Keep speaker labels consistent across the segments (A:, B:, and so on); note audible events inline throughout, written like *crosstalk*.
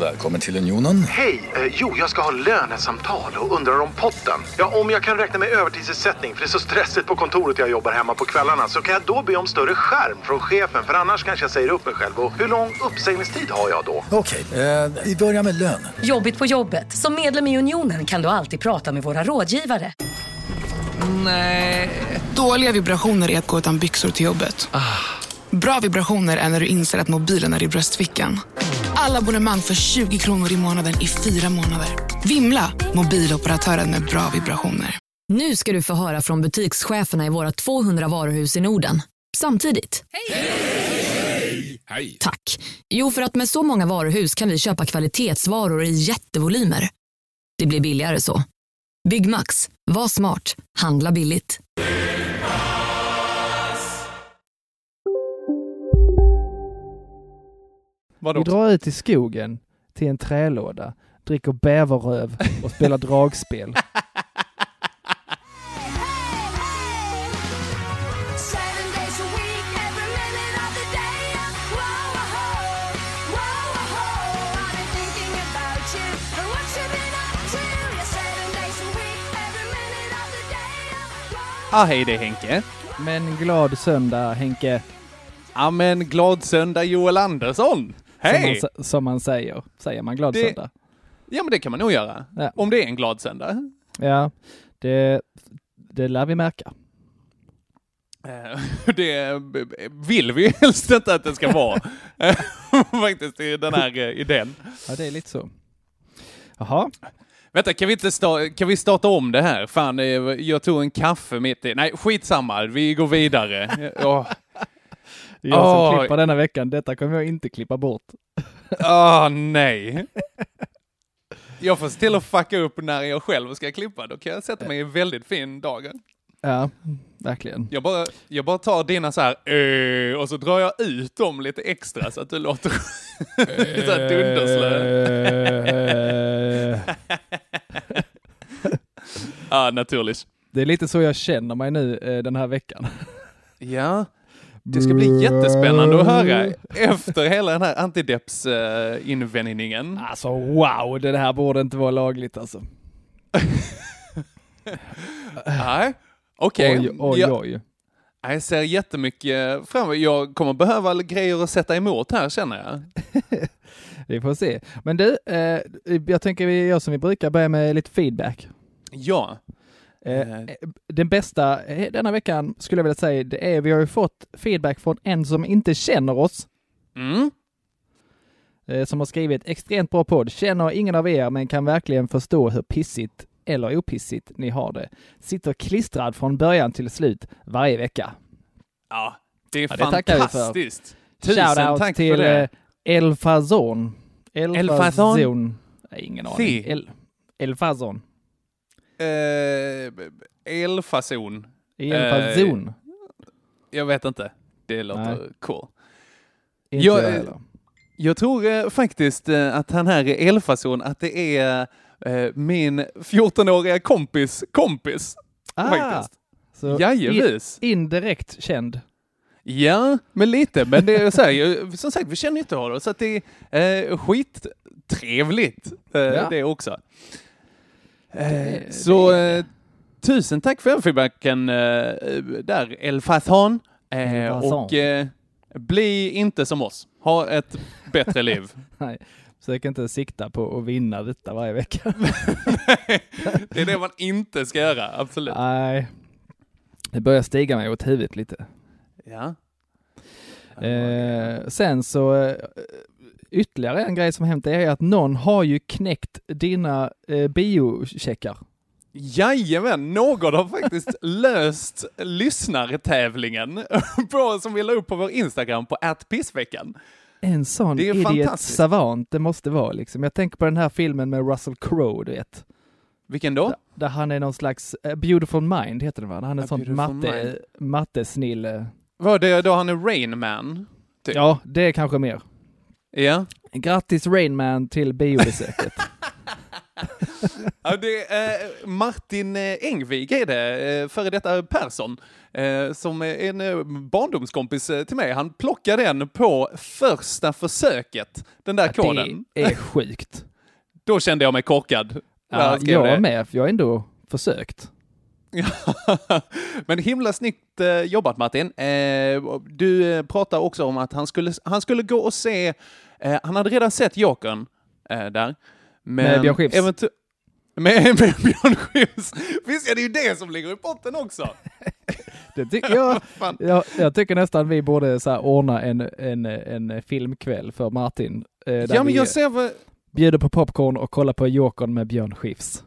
A: Välkommen till Unionen.
B: Hej! Eh, jo, jag ska ha lönesamtal och undrar om potten. Ja, om jag kan räkna med övertidsersättning för det är så stressigt på kontoret jag jobbar hemma på kvällarna så kan jag då be om större skärm från chefen för annars kanske jag säger upp mig själv. Och hur lång uppsägningstid har jag då?
A: Okej, eh, vi börjar med lön.
C: Jobbigt på jobbet. Som medlem i Unionen kan du alltid prata med våra rådgivare.
D: Nej. Dåliga vibrationer är att gå utan byxor till jobbet. Bra vibrationer är när du inser att mobilen är i bröstfickan. Alla abonnemang för 20 kronor i månaden i fyra månader. Vimla! Mobiloperatören med bra vibrationer.
E: Nu ska du få höra från butikscheferna i våra 200 varuhus i Norden. Samtidigt. Hej! Hej! Tack. Jo, för att med så många varuhus kan vi köpa kvalitetsvaror i jättevolymer. Det blir billigare så. Byggmax. Var smart. Handla billigt.
F: Vi
G: Vadå?
F: drar ut i skogen till en trälåda, dricker bäverröv och spelar dragspel.
G: *laughs*
H: Seven days a week, every minute of the day. Whoa, whoa, whoa, whoa. I've been thinking about you and what you've been up to. Yeah, seven days a week, every minute of the day. Whoa,
G: Ah, hej det är Henke.
F: Men glad söndag Henke,
G: Ja men glad söndag Joel Andersson!
F: som man,
G: Hej!
F: sä- som man säger. Säger man glad
G: Det-
F: söndag?
G: Ja men det kan man nog göra.
F: Ja.
G: Om det är en glad söndag.
F: Ja, det, det lär vi märka.
G: Eh, *laughs* Det vill vi helst inte att det ska *laughs* vara. Eh, Faktiskt, det är den här eh, idén.
F: Ja, det är lite så. Jaha,
G: Vänta, kan vi, inte sta- kan vi starta om det här? Fan, eh, jag tog en kaffe mitt i... Nej, skitsamma, vi går *laughs* vidare. Åh,
F: det är *laughs* jag som
G: Oj.
F: klipper denna veckan. Detta kommer jag inte klippa bort.
G: Ah, nej. Jag får se till att fucka upp när jag själv ska klippa, då kan jag sätta mig i en väldigt fin dagar.
F: Ja, verkligen.
G: Jag bara, jag bara tar dina så här eh, och så drar jag ut dem lite extra så att du låter *laughs* Eh, så här
F: Äh.
G: dunderslö. ah, naturligt.
F: *laughs* Det är lite så jag känner mig nu eh, den här veckan.
G: Ja, det ska bli jättespännande att höra
F: Mm.
G: efter hela den här antideps-invändningen.
F: Alltså wow, det här borde inte vara lagligt alltså.
G: Nej, okej.
F: Oj, oj,
G: Jag-
F: oj.
G: Jag ser jättemycket fram emot. Jag kommer behöva grejer att sätta emot här känner jag.
F: Vi får se. Men du, eh, jag tänker vi gör som vi brukar, börja med lite feedback.
G: Ja.
F: Eh,
G: Eh,
F: den bästa eh, denna veckan skulle jag vilja säga, det är vi har ju fått feedback från en som inte känner oss,
G: Mm.
F: eh, som har skrivit extremt bra podd, känner ingen av er men kan verkligen förstå hur pissigt eller opissigt ni har det. Sitter klistrad från början till slut varje vecka.
G: Ja, det är
F: Ja, det tackar vi för.
G: fantastiskt. Tusen
F: Shoutout
G: tack
F: till
G: för det.
F: eh, El Fazon. El,
G: El Fazon?
F: Fazon. Nej, Ingen aning.
G: Si.
F: El, El Fazon.
G: Eh, elfason.
F: El
G: Eh,
F: Fazon.
G: Jag vet inte. Det låter
F: Nej.
G: cool.
F: Inte
G: jag,
F: jag
G: eh,
F: heller.
G: Jag tror eh, faktiskt eh, att han här är elfason, att det är eh, min 14-åriga kompis kompis.
F: Ah,
G: faktiskt.
F: så i-
G: Jajevis.
F: indirekt känd.
G: Ja, men lite. Men det är så här, jag- som sagt, vi känner ju inte varandra, så att det är eh, skittrevligt eh,
F: Ja.
G: det också. Eh,
F: Det-
G: Så
F: det-
G: eh, tusen tack för den feedbacken eh, där, El Fathan.
F: El
G: Eh,
F: Fathan.
G: och eh, bli inte som oss. Ha ett bättre liv.
F: Nej, försök inte sikta på att vinna detta varje vecka.
G: *laughs* det är det man inte ska göra, absolut.
F: Nej. Det börjar stiga mig åt huvudet lite.
G: Ja.
F: Eh, sen så, eh, ytterligare en grej som hänt är att någon har ju knäckt dina eh, biocheckar.
G: Jajamän, någon har faktiskt *laughs* löst lyssnartävlingen *laughs* på, som vi la upp på vår Instagram på @pissveckan.
F: En sån
G: Det är
F: idiot
G: fantastiskt.
F: savant det måste vara liksom. Jag tänker på den här filmen med Russell Crowe, du vet.
G: Vilken då?
F: Där, där han är någon slags, eh, Beautiful Mind heter den va? Han är
G: A
F: en sån
G: Beautiful
F: matte, mattesnille.
G: Var det då han är Rain Man? Typ.
F: Ja, det är kanske mer.
G: Ja. *laughs*
F: Grattis Rainman till biobesöket.
G: Ja, det är, eh, Martin eh, Engvig är det, eh, före detta Persson, eh, som är en eh, barndomskompis eh, till mig. Han plockade den på första försöket, den där koden.
F: Det
G: *laughs*
F: är sjukt.
G: Då kände jag mig korkad. när
F: Ja,
G: han skrev
F: jag
G: det.
F: är med, för jag har ändå försökt.
G: *laughs* Men himla snyggt eh, jobbat Martin. Eh, du eh, pratade också om att han skulle, han skulle gå och se, eh, han hade redan sett Jokern eh, där. Men
F: Med Björn Skifs.
G: eventu- Med, *laughs* med Björn Skifs. Visst är det ju det som ligger i potten också?
F: Det
G: *laughs*
F: tycker jag,
G: Fan.
F: jag, jag tycker nästan vi borde så här ordna en, en, en filmkväll för Martin. eh, Där
G: Ja men
F: vi
G: jag ser vad...
F: bjuder på popcorn och kollar på Jokern med Björn Skifs.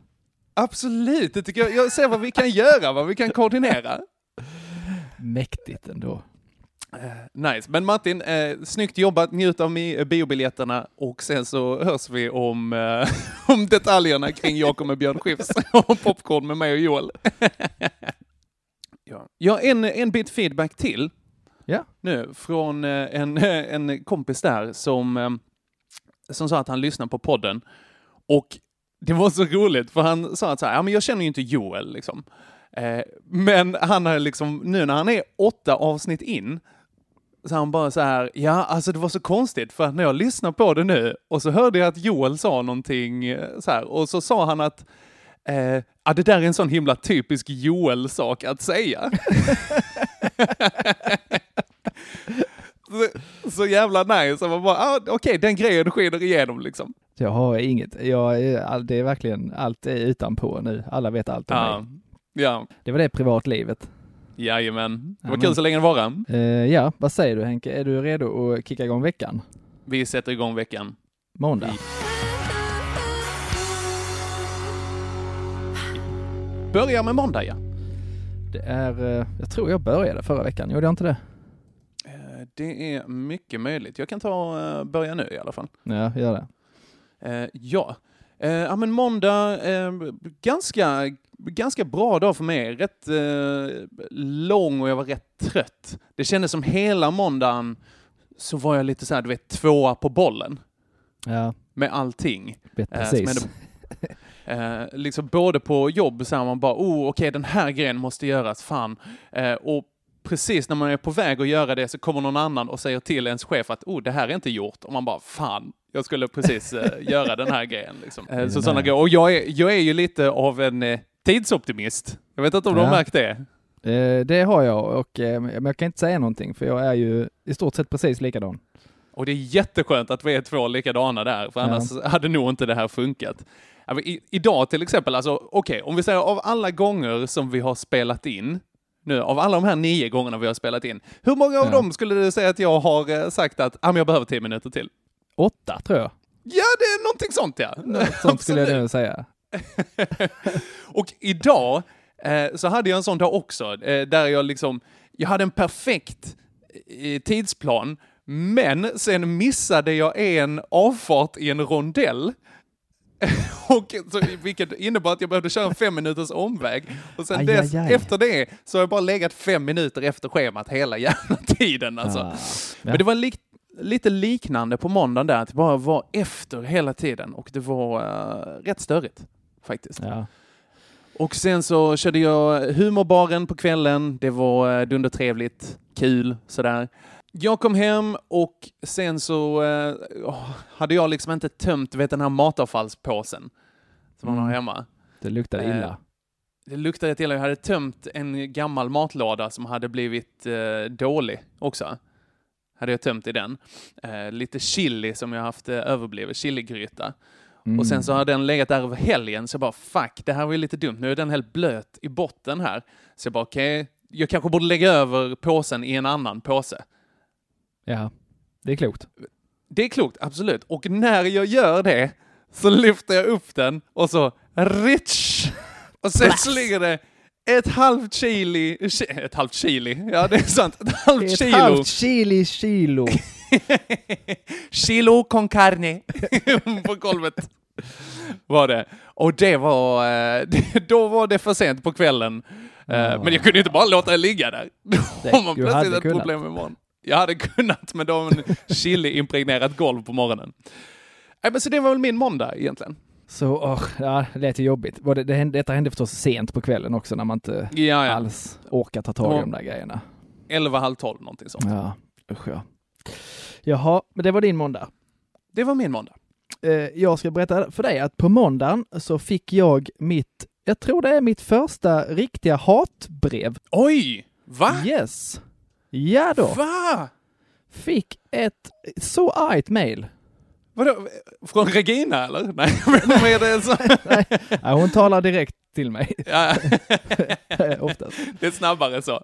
G: Absolut, det tycker jag. Jag ser vad vi kan göra, vad vi kan koordinera.
F: Mäktigt ändå.
G: Eh, Nice, men Martin, eh, snyggt jobbat, njut av mi- eh, biobiljetterna och sen så hörs vi om, eh, *laughs* om detaljerna kring Jakob med Björn Skifs *laughs* och popcorn med mig och Joel. *laughs* ja, ja en, en bit feedback till
F: Ja.
G: nu från eh, en, *laughs* eh, en kompis där som, eh, som sa att han lyssnar på podden och det var så roligt för han sa att så här, ja, men jag känner ju inte Joel liksom. Eh, men han har liksom, nu när han är åtta avsnitt in så han bara så här, ja alltså det var så konstigt för att när jag lyssnar på det nu och så hörde jag att Joel sa någonting eh, så här och så sa han att eh, ja, det där är en sån himla typisk Joel-sak att säga. *laughs* så, så jävla nice. Och man bara, ah, okej den grejen skiner igenom liksom.
F: Jag har inget, jag, är- all- det är verkligen, allt är utanpå nu. Alla vet allt om
G: Ja,
F: mig.
G: ja,
F: Det var det privatlivet.
G: jajamän. Det var
F: Jajamän.
G: kul så länge det varar.
F: Eh, ja, vad säger du Henke? Är du redo att kicka igång veckan?
G: Vi sätter igång veckan.
F: Måndag?
G: Börja med måndag ja.
F: Det är, eh, jag tror jag började förra veckan, gjorde jag inte det?
G: Eh, Det är mycket möjligt. Jag kan ta eh, börja nu i alla fall.
F: Ja, gör det.
G: Eh, ja. Eh, ja, men måndag, eh, ganska, ganska bra dag för mig. Rätt eh, lång och jag var rätt trött. Det kändes som hela måndagen så var jag lite så här, du vet, tvåa på bollen
F: Ja,
G: med allting.
F: vet
G: Eh,
F: precis.
G: som Eh, liksom både på jobb så här, man bara, oh, okej, den här grejen måste göras, fan. Eh, och precis när man är på väg att göra det så kommer någon annan och säger till ens chef att, oh, det här är inte gjort. Och man bara, fan, jag skulle precis eh, göra den här grejen. Liksom. Eh, så sådana grejer. Och jag är, jag är ju lite av en eh, tidsoptimist. Jag vet inte om du har
F: Ja.
G: märkt det?
F: Eh, det har jag, och, eh, men jag kan inte säga någonting för jag är ju i stort sett precis likadan.
G: Och det är jätteskönt att vi är två likadana där, för
F: Ja.
G: annars hade nog inte det här funkat. Ja, men I, idag till exempel, alltså, okej, om vi säger av alla gånger som vi har spelat in, nu, av alla de här nio gångerna vi har spelat in, hur många av
F: Ja.
G: dem skulle du säga att jag har eh, sagt att ah, men jag behöver tio minuter till?
F: Åtta tror jag.
G: Ja, det är någonting sånt ja.
F: *laughs* Sånt skulle
G: Absolut.
F: jag nu säga.
G: *laughs* Och idag eh, så hade jag en sån dag också, eh, där jag liksom, jag hade en perfekt eh, tidsplan, men sen missade jag en avfart i en rondell. *laughs* Och, så, vilket innebar att jag behövde köra en fem minuters omväg. Och sen
F: Aj,
G: dess,
F: aj, aj.
G: efter det så har jag bara legat fem minuter efter schemat hela jävla *laughs* tiden. Alltså.
F: Ah,
G: Men det var lik, lite liknande på måndagen där, att det bara var efter hela tiden och det var eh, rätt störigt faktiskt.
F: Ja.
G: Och sen så körde jag humorbaren på kvällen. Det var eh, dundertrevligt, kul, sådär. Jag kom hem och sen så eh, åh, hade jag liksom inte tömt du vet, den här matavfallspåsen som man har
F: Mm.
G: hemma.
F: Det luktar
G: Eh,
F: illa.
G: Det luktade till att jag hade tömt en gammal matlåda som hade blivit eh, dålig också. Hade jag tömt i den. Eh, lite chili som jag haft eh, överblivet, chiligryta.
F: Mm.
G: Och sen så har den legat där över helgen, så jag bara fuck, det här var ju lite dumt. Nu är den helt blöt i botten här. Så jag bara okej, jag kanske borde lägga över påsen i en annan påse.
F: Mm. Ja, det är klokt.
G: Det är klokt, absolut. Och när jag gör det så lyfter jag upp den och så rich! Och sen så ligger det ett halvt chili, chi- ett halvt chili, ja det är sant, ett halvt kilo.
F: chili kilo. *laughs*
G: Chilo con carne *laughs* på golvet. Var det. Och det var, eh, *laughs* det- då var det för sent på kvällen. *laughs* Eh,
F: Ja.
G: Men jag kunde inte bara låta det ligga där. *laughs* Då
F: Det-
G: har man
F: du
G: plötsligt
F: hade
G: ett
F: kunnat.
G: problem imorgon. Jag hade kunnat, men
F: *laughs*
G: Eh, då har man chili-impregnerat golv på morgonen. Nej, men så det var väl min måndag egentligen.
F: Så, åh, ja, det lät ju jobbigt. Var Det, det, hände- detta hände förstås sent på kvällen också när man inte
G: Ja, ja.
F: alls orkar ta tag i de där grejerna.
G: 11, halv 12 någonting sånt.
F: Ja, usch ja. Jaha, men det var din måndag.
G: Det var min måndag.
F: Eh, jag ska berätta för dig att på måndagen så fick jag mitt, jag tror det är mitt första riktiga hatbrev.
G: Oj! Va?
F: Yes. Ja då.
G: Ah! Va?
F: Fick ett så argt mail.
G: Vadå? Från Regina eller? Nej, *laughs* men vad är det så?
F: Ja, hon talar direkt till mig *laughs*
G: Ja, *laughs*
F: oftast.
G: det är snabbare så.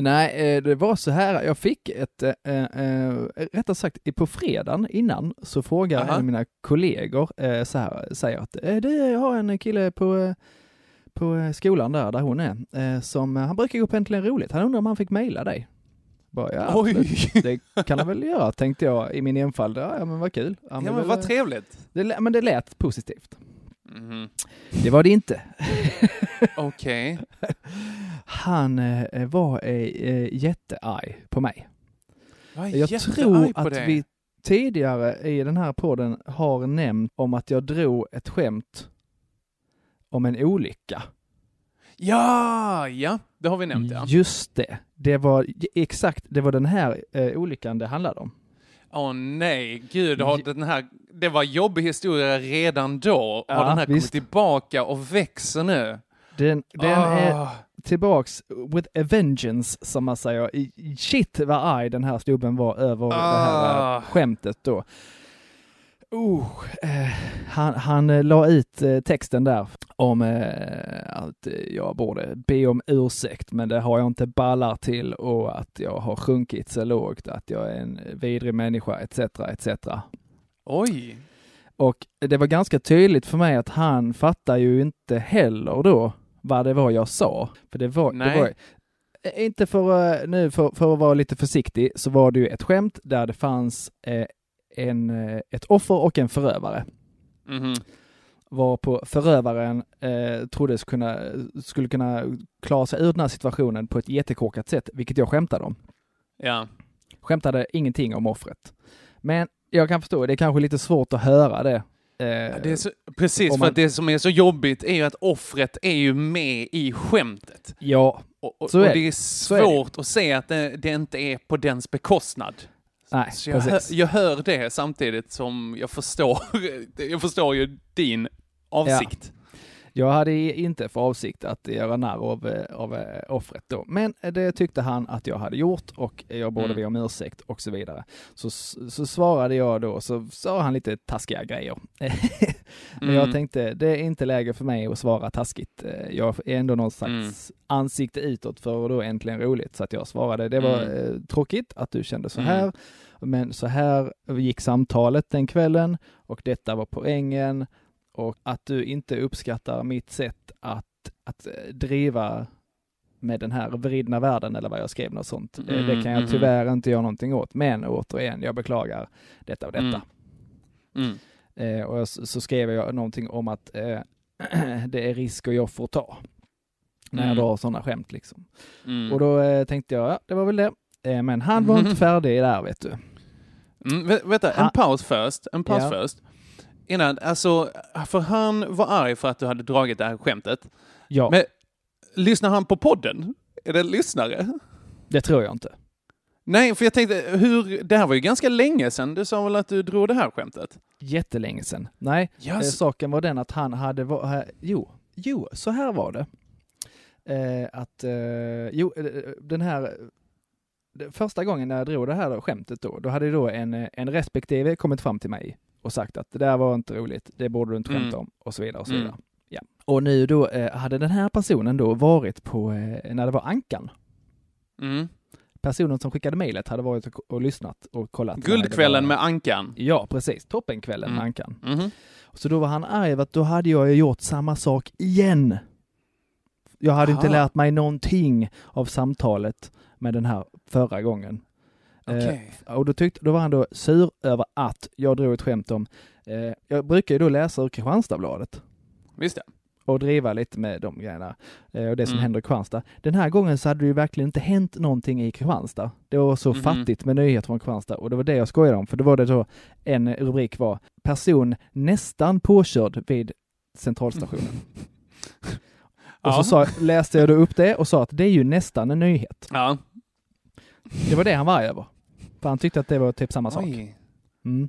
F: Nej, eh, det var så här, jag fick ett, eh, eh, rättare sagt i- på fredagen innan så frågar
G: Aha.
F: en av mina kollegor eh, så här, säger att eh, du, jag har en kille på, eh, på eh, skolan där, där hon är, eh, som, eh, han brukar gå på Äntligen Roligt, han undrar om han fick mejla dig. Bara, ja,
G: *laughs*
F: absolut.
G: Oj!
F: Det kan han väl göra, tänkte jag i min enfald. Ja, ja, men vad kul.
G: Ja,
F: Han är
G: men
F: väl,
G: vad
F: eh,
G: trevligt.
F: det, lä- men det lät positivt. Det var det inte.
G: Okej.
F: Han eh, var eh, eh, jättearg på mig.
G: Jag är
F: Jag
G: jättearg
F: tror
G: på
F: att
G: det.
F: vi tidigare i den här podden har nämnt om att jag drog ett skämt om en olycka.
G: Ja, ja. Det har vi nämnt ja.
F: Just det. Det var exakt, det var den här eh, olyckan det handlade om.
G: Åh nej, gud. Har
F: J-
G: den här, det var jobbig historia redan då.
F: Ja,
G: har den här kommit
F: visst.
G: tillbaka och växer nu?
F: Den, den är
G: Ah.
F: tillbaks with a vengeance som man säger. I- Shit vad arg den här snubben var över det här
G: Ah.
F: eh, skämtet då. Oh, eh, han, han eh, la ut eh, texten där om eh, att eh, jag borde be om ursäkt men det har jag inte ballar till och att jag har sjunkit så lågt, att jag är en vidrig människa etc. etc.
G: Oj.
F: Och det var ganska tydligt för mig att han fattar ju inte heller då vad det var jag sa. För det var,
G: Nej.
F: det var Eh, inte för, eh, nu för, för att vara lite försiktig, så var det ju ett skämt där det fanns eh, en, eh, ett offer och en förövare.
G: Mhm.
F: Varpå förövaren eh, troddes kunna, skulle kunna klara sig ur den här situationen på ett jättekorkat sätt, vilket jag skämtade om
G: Ja.
F: skämtade ingenting om offret. Men jag kan förstå, det är kanske lite svårt att höra det. Eh,
G: Ja, Det är så, precis,
F: Om
G: för
F: man-
G: att det som är så jobbigt är ju att offret är ju med i skämtet.
F: eh, Ja,
G: Och, och,
F: Så
G: och
F: är det.
G: det är
F: är det.
G: svårt att se att det, det inte är på dens bekostnad. Så
F: nej,
G: Alltså, jag, hör,
F: precis.
G: jag hör det samtidigt som jag förstår, *laughs* jag förstår ju din avsikt.
F: *laughs* Jag hade inte för avsikt att göra narr av, eh, av eh, offret då, men eh, det tyckte han att jag hade gjort och jag borde
G: Mm.
F: be om ursäkt och så vidare. Så, så svarade jag då, så sa han lite taskiga grejer. men jag
G: Mm.
F: tänkte, det är inte läge för mig att svara taskigt. Eh, Jag är ändå någon slags
G: Mm.
F: ansikte utåt för och då äntligen roligt, så att jag svarade. Det var
G: Mm.
F: eh, tråkigt att du kände så
G: Mm.
F: här, men så här gick samtalet den kvällen och detta var poängen och att du inte uppskattar mitt sätt att, att eh, driva med den här vridna världen eller vad jag skrev något sånt. Eh, det
G: Mm,
F: kan
G: mm,
F: jag tyvärr inte göra någonting åt, men återigen, jag beklagar detta och detta.
G: Mm.
F: Eh, och jag, s- så skrev jag någonting om att eh, *clears throat* det är risker jag får ta när jag
G: Mm.
F: drar sådana skämt liksom.
G: Mm.
F: Och då eh, tänkte jag, ja, det var väl det. Eh, men han var
G: *laughs*
F: inte
G: Mhm.
F: färdig där vet du.
G: Mm, vä- vänta, en
F: Han-
G: paus först. En paus
F: Ja.
G: först. Innan, alltså, för han var arg för att du hade dragit det här skämtet.
F: Ja,
G: Men lyssnar han på podden? Är det en lyssnare?
F: det tror jag inte.
G: Nej, för jag tänkte, hur, det här var ju ganska länge sedan. Du sa väl att du drog det här skämtet?
F: Jättelänge sedan. Nej,
G: Ja,
F: Eh,
G: så-
F: saken var den att han hade var, här, jo, jo, så här var det. Eh, att, eh, jo, eh, den här, eh, det- första gången när jag drog det här då, skämtet då, då hade ju då en, eh, en respektive kommit fram till mig och sagt att det där var inte roligt, det borde du inte skämta
G: Mm.
F: om och så vidare och så
G: Mm.
F: vidare. Ja. Och nu då eh, hade den här personen då varit på, eh, när det var Ankan,
G: mm.
F: personen som skickade mejlet hade varit och, och lyssnat och kollat. när det
G: Guldkvällen
F: var-
G: med Ankan.
F: Ja, precis. Toppenkvällen med
G: Mm.
F: Ankan.
G: Mhm.
F: Så då var han arg över att då hade jag ju gjort samma sak igen. Jag hade inte
G: Aha.
F: lärt mig någonting av samtalet med den här förra gången. Eh,
G: Okej.
F: och då, tyckte, då var han då sur över att jag drog ett skämt om, eh, jag brukar ju då läsa ur Kristianstadsbladet
G: Visst ja.
F: och driva lite med de grejerna eh, och det som
G: Mm.
F: händer i Kristianstad. Den här gången så hade det ju verkligen inte hänt någonting i Kristianstad. Det var så
G: Mhm.
F: fattigt med nyheter från Kristianstad och det var det jag skojade om, för då var det då en rubrik var person nästan påkörd vid centralstationen.
G: *laughs*
F: Och så
G: Ja.
F: sa, läste jag då upp det och sa att det är ju nästan en nyhet.
G: Ja.
F: Det var det han var arg över. För han tyckte att det var typ samma sak.
G: Oj.
F: Mm.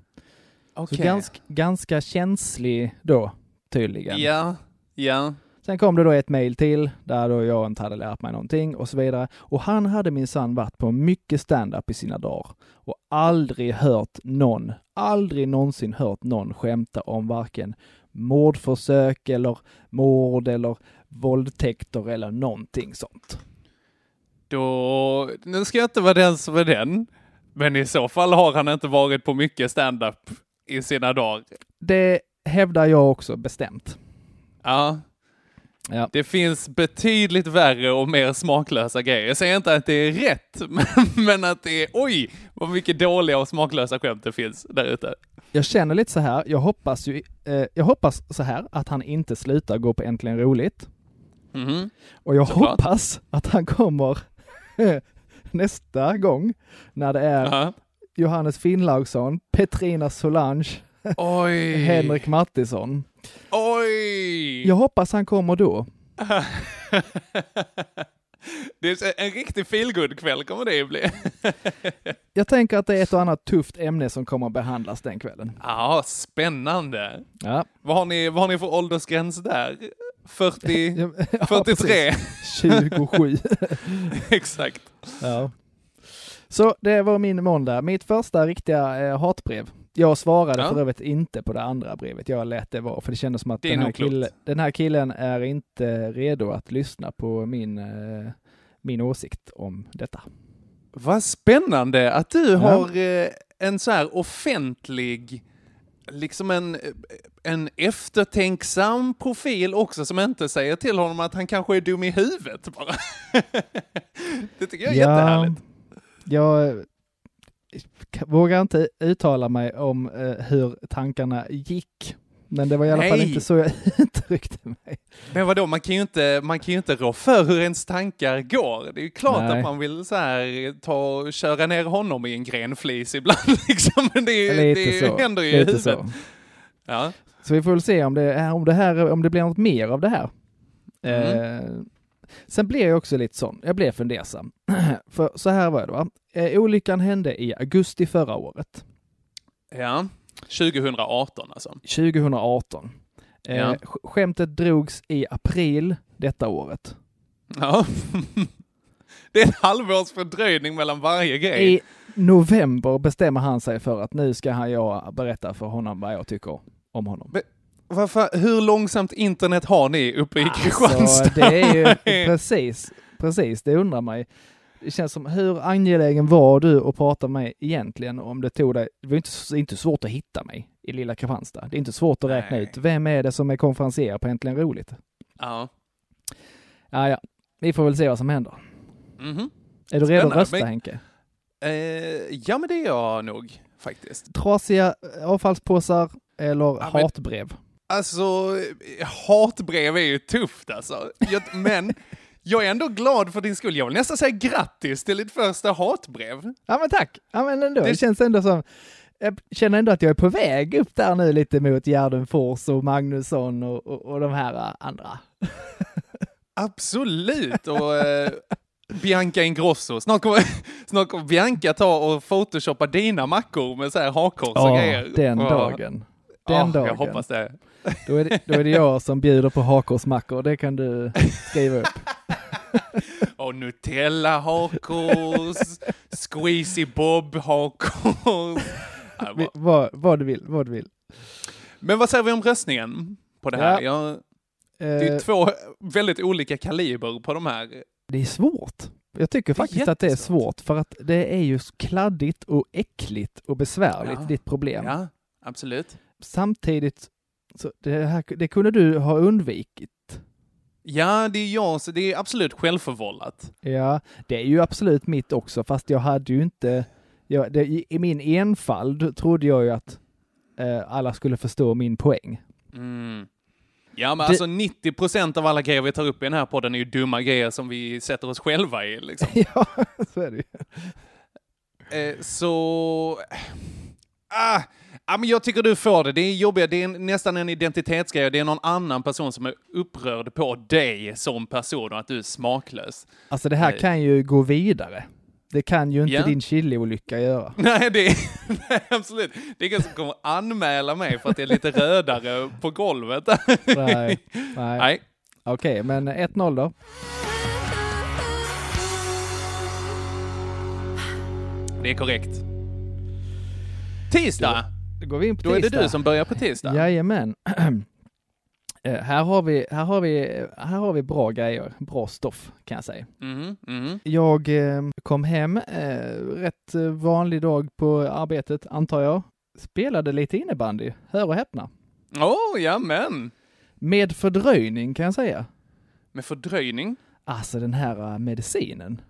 F: Så
G: Okej.
F: ganska, ganska känslig då, tydligen.
G: Ja. Ja.
F: Sen kom det då ett mejl till där då jag inte hade lärt mig någonting och så vidare. Och han hade minsann varit på mycket stand-up i sina dagar och aldrig hört någon, aldrig någonsin hört någon skämta om varken mordförsök eller mord eller våldtäkter eller någonting sånt.
G: Då... Nu ska jag inte vara den som är den. Men i så fall har han inte varit på mycket stand-up i sina dagar.
F: Det hävdar jag också bestämt.
G: Ja.
F: Ja.
G: Det finns betydligt värre och mer smaklösa grejer. Jag säger inte att det är rätt, *laughs* men, men att det är oj, vad mycket dåliga och smaklösa skämt det finns där ute.
F: Jag känner lite så här, jag hoppas ju, eh, jag hoppas så här att han inte slutar gå på Äntligen Roligt.
G: Mhm.
F: Och jag
G: Såklart.
F: hoppas att han kommer *laughs* nästa gång när det är
G: Ja.
F: Johannes Finnlaugsson, Petrina Solange,
G: Oj.
F: Henrik Mattisson.
G: Oj!
F: Jag hoppas han kommer då.
G: *laughs* Det är så- en riktig feelgood-kväll kommer det ju bli.
F: Jag tänker att det är ett och annat tufft ämne som kommer att behandlas den kvällen.
G: Ja, spännande.
F: Ja.
G: Vad har, ni, vad har ni för åldersgräns där? *laughs* 40,
F: Ja, *laughs* ja,
G: 43?
F: 27.
G: *laughs* Exakt.
F: ja. Så det var min måndag, mitt första riktiga eh, hatbrev. Jag svarade
G: Ja.
F: för övrigt inte på det andra brevet, jag lät det vara, för det kändes som att
G: Det är
F: den här,
G: nog klokt.
F: kille, den här killen är inte redo att lyssna på min, eh, min åsikt om detta.
G: Vad spännande att du har eh, en så här offentlig, liksom en, en eftertänksam profil också som inte säger till honom att han kanske är dum i huvudet bara. *laughs* det tycker jag är jättehärligt.
F: Jag eh, k- vågar inte uttala mig om eh, hur tankarna gick, men det var i alla fall
G: Nej.
F: inte så jag *laughs* uttryckte mig.
G: Men vadå, man kan ju inte, man kan ju inte rå för hur ens tankar går. Det är ju klart
F: Nej.
G: att man vill så här, ta, köra ner honom i en grenflis *laughs* ibland liksom. Men det, är ju-
F: Lite
G: det
F: så.
G: händer ju i
F: Lite
G: huvudet.
F: så.
G: Ja.
F: Så vi får väl se om det, eh, om det, här, om det blir något mer av det här. Eh, sen blev jag också lite sån, jag blev fundersam. *clears throat* För så här var det va, eh, olyckan hände i augusti förra året,
G: ja. 2018 alltså.
F: 2018. Eh,
G: Ja.
F: sk- Skämtet drogs i april detta året.
G: Ja. *laughs* Det är en halvårs fördröjning mellan varje grej.
F: I november bestämmer han sig för att nu ska han jag berätta för honom vad jag tycker om honom.
G: Varför, hur långsamt internet har ni uppe i
F: Så
G: Kristianstad?
F: Alltså,
G: *laughs*
F: det är ju precis, precis, det undrar mig. Det känns som, hur angelägen var du att prata med mig egentligen om det tog dig, det var ju inte, det är inte svårt att hitta mig i lilla Kristianstad. Det är inte svårt att räkna
G: Nej.
F: ut, vem är det som är konferenser på Äntligen Roligt?
G: Ja.
F: Ja, ja, vi får väl se vad som händer.
G: Mhm.
F: Är du redo att
G: Spännande.
F: rösta
G: Men-
F: Henke?
G: Eh, ja, men det är jag nog faktiskt.
F: Trasiga avfallspåsar eller
G: Ja, men-
F: hatbrev?
G: Alltså, hatbrev är ju tufft alltså. Jag, men jag är ändå glad för din skull. Jag vill nästan säga grattis till ditt första hatbrev.
F: Ja men tack! Ja men ändå, det,
G: Det-
F: känns ändå som, jag känner ändå att jag är på väg upp där nu lite mot Gärdenfors och Magnusson och, och, och de här äh, andra.
G: Absolut! Och eh, *laughs* Bianca Ingrosso. Snart kommer, *laughs* snart kommer Bianca ta och photoshoppa dina mackor med så här hakkors och grejer.
F: den
G: Och-
F: dagen.
G: Ja,
F: Den dagen.
G: Jag hoppas det.
F: Då, är det, då är det jag som bjuder på hakorsmackor, det kan du
G: *laughs*
F: skriva upp.
G: Och Nutella
F: *laughs*
G: hakkors, Squeezy Bob
F: *laughs*
G: hakkors. Ja, det är bra.
F: Vi- Vad, vad du vill, vad du vill.
G: Men vad säger vi om röstningen på det här?
F: Ja.
G: Jag, det är
F: Eh,
G: ju två väldigt olika kaliber på de här.
F: det är svårt. Jag tycker faktiskt att det är
G: jättesvårt.
F: svårt för att det är ju så kladdigt och äckligt och besvärligt,
G: Ja.
F: ditt problem.
G: Ja, absolut.
F: Samtidigt, så det, här, det kunde du ha undvikit.
G: Ja, det är jag, så det är absolut självförvållat.
F: Ja, det är ju absolut mitt också, fast jag hade ju inte... Jag, det, i, I min enfald trodde jag ju att eh, alla skulle förstå min poäng.
G: Mm. Ja, men
F: Det-
G: alltså 90 procent av alla grejer vi tar upp i den här podden är ju dumma grejer som vi sätter oss själva i. Liksom.
F: *laughs* *laughs* ja, så är det ju.
G: Eh, så... Ah, ah, men jag tycker du får det. Det är jobbigt. Det är en, nästan en identitetsgrej. Det är någon annan person som är upprörd på dig som person och att du är smaklös.
F: Alltså det här
G: Eh.
F: kan ju gå vidare. Det kan ju inte
G: Ja.
F: din chiliolycka göra.
G: Nej, det är, *laughs* nej, absolut. Det är ingen som kommer anmäla mig för att jag är lite rödare på golvet. *laughs*
F: Nej. Nej.
G: nej.
F: Okej, men 1-0 då.
G: Det är korrekt. Tisdag!
F: Då går vi in på
G: Då är det
F: tisdag.
G: du som börjar på tisdag.
F: Jajamän. *clears throat* Eh, här, har vi, här, har vi, här har vi bra grejer, bra stoff kan jag säga.
G: Mhm, mhm.
F: Jag eh, kom hem, eh, rätt eh, vanlig dag på arbetet antar jag. Spelade lite innebandy, hör och häpna.
G: Åh, jamen!
F: Med fördröjning kan jag säga.
G: Med fördröjning.
F: Alltså den här eh, medicinen.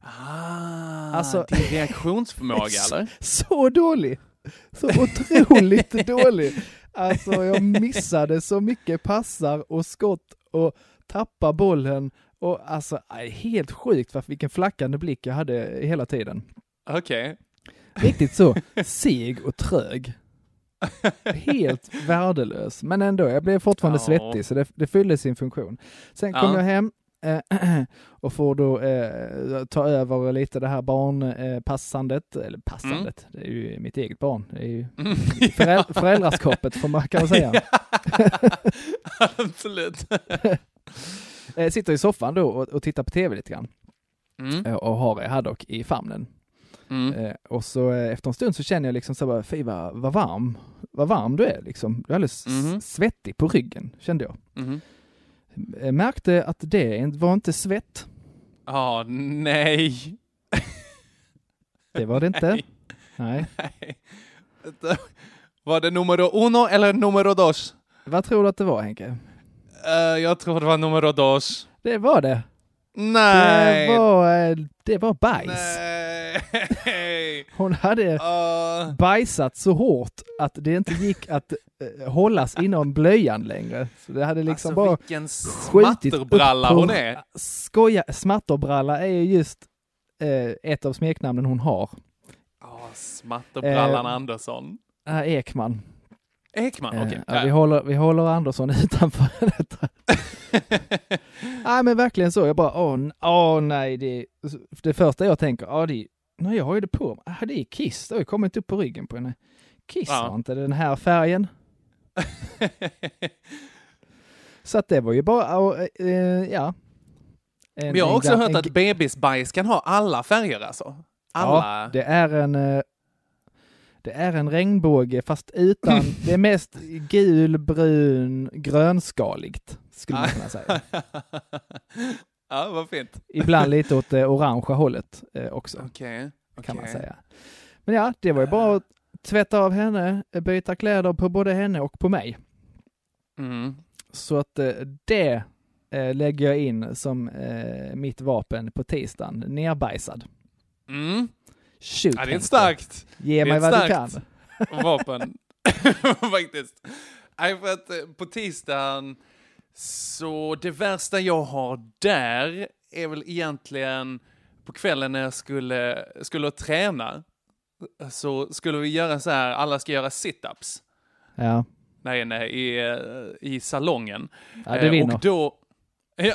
G: Ah,
F: Alltså-
G: din reaktionsförmåga
F: *laughs*
G: eller?
F: Så dålig! Så otroligt dålig! Alltså jag missade så mycket passar och skott och tappa bollen och alltså aj, helt sjukt vad- vilken flackande blick jag hade hela tiden.
G: Okej.
F: Riktigt så seg och trög.
G: *laughs*
F: Helt värdelös, men ändå, jag blev fortfarande
G: Ja.
F: svettig så det, det fyllde sin funktion. Sen kom
G: Ja.
F: jag hem eh, *clears throat* och får då eh, ta över lite det här barnpassandet, eh, passandet, eller passandet,
G: Mm.
F: det är ju mitt eget barn, det är ju
G: *laughs*
F: föräl- föräldraskapet får man kan man säga.
G: Absolut.
F: Eh, sitter i soffan då och, och tittar på tv lite grann
G: Mm.
F: eh, och har Haddock i famnen.
G: Mm.
F: Eh, och så eh, efter en stund så känner jag liksom så här, bara, fy vad, vad varm, vad varm du är liksom. Du är alldeles s-
G: Mhm.
F: svettig på ryggen, kände jag.
G: Mhm.
F: Eh, märkte att det inte- var inte svett,
G: Ah, nej.
F: det var
G: *laughs*
F: det inte. Nej.
G: nej. Var det numero uno eller numero dos?
F: Vad tror du att det var Henke?
G: Eh, jag tror det var numero dos.
F: Det var det.
G: Nej.
F: Det, var, eh, det var bajs.
G: Nej.
F: Hon hade
G: *laughs* Ah.
F: bajsat så hårt att det inte gick att eh, hållas inom blöjan längre. Så det hade liksom
G: alltså
F: bara
G: vilken
F: skjutit upp
G: smatterbralla
F: på-
G: hon är.
F: Skoja, smatterbralla är ju just eh, ett av smeknamnen hon har.
G: Ah, smatterbrallan
F: Eh.
G: Andersson.
F: Äh, Ekman.
G: Ekman,
F: Eh,
G: okej.
F: ja, vi, håller, vi håller Andersson *laughs* utanför
G: *laughs*
F: detta. nej men verkligen så, jag bara åh, n- åh nej, det, är- det första jag tänker, ja det är, nej jag har ju det på mig, ah, det är Kiss, det har ju kommit upp på ryggen på henne. Kiss
G: Ja.
F: har inte den
G: *laughs*
F: här färgen. Så att det var ju bara, åh, eh, eh, ja. En,
G: Men jag har
F: en
G: också
F: gam-
G: hört
F: en
G: att
F: g-
G: bebisbajs kan ha alla färger alltså. Alla.
F: Ja, det är en... eh, Det är en regnbåge fast
G: *laughs*
F: utan, det är mest gul, brun, grönskaligt skulle
G: Ah.
F: man kunna säga.
G: *laughs* ja, vad fint.
F: Ibland lite åt det orangea hållet eh, också
G: Okej.
F: kan man
G: okej.
F: säga. Men ja, det var ju bara att tvätta av henne, eh, byta kläder på både henne och på mig.
G: Mm.
F: Så att eh, det eh, lägger jag in som eh, mitt vapen på tisdagen, nerbajsad.
G: Mm.
F: Shoot,
G: Ja, det är
F: Henke.
G: ett starkt
F: Ge
G: det är
F: mig
G: ett
F: vad du kan.
G: starkt. vapen. *laughs* Faktiskt. Nej, för att eh, på tisdagen så det värsta jag har där är väl egentligen på kvällen när jag skulle, skulle träna så skulle vi göra så här, alla ska göra sit-ups.
F: Ja,
G: där inne i, eh, i salongen.
F: ja du
G: Eh,
F: vinner.
G: Och då... *laughs* Ja.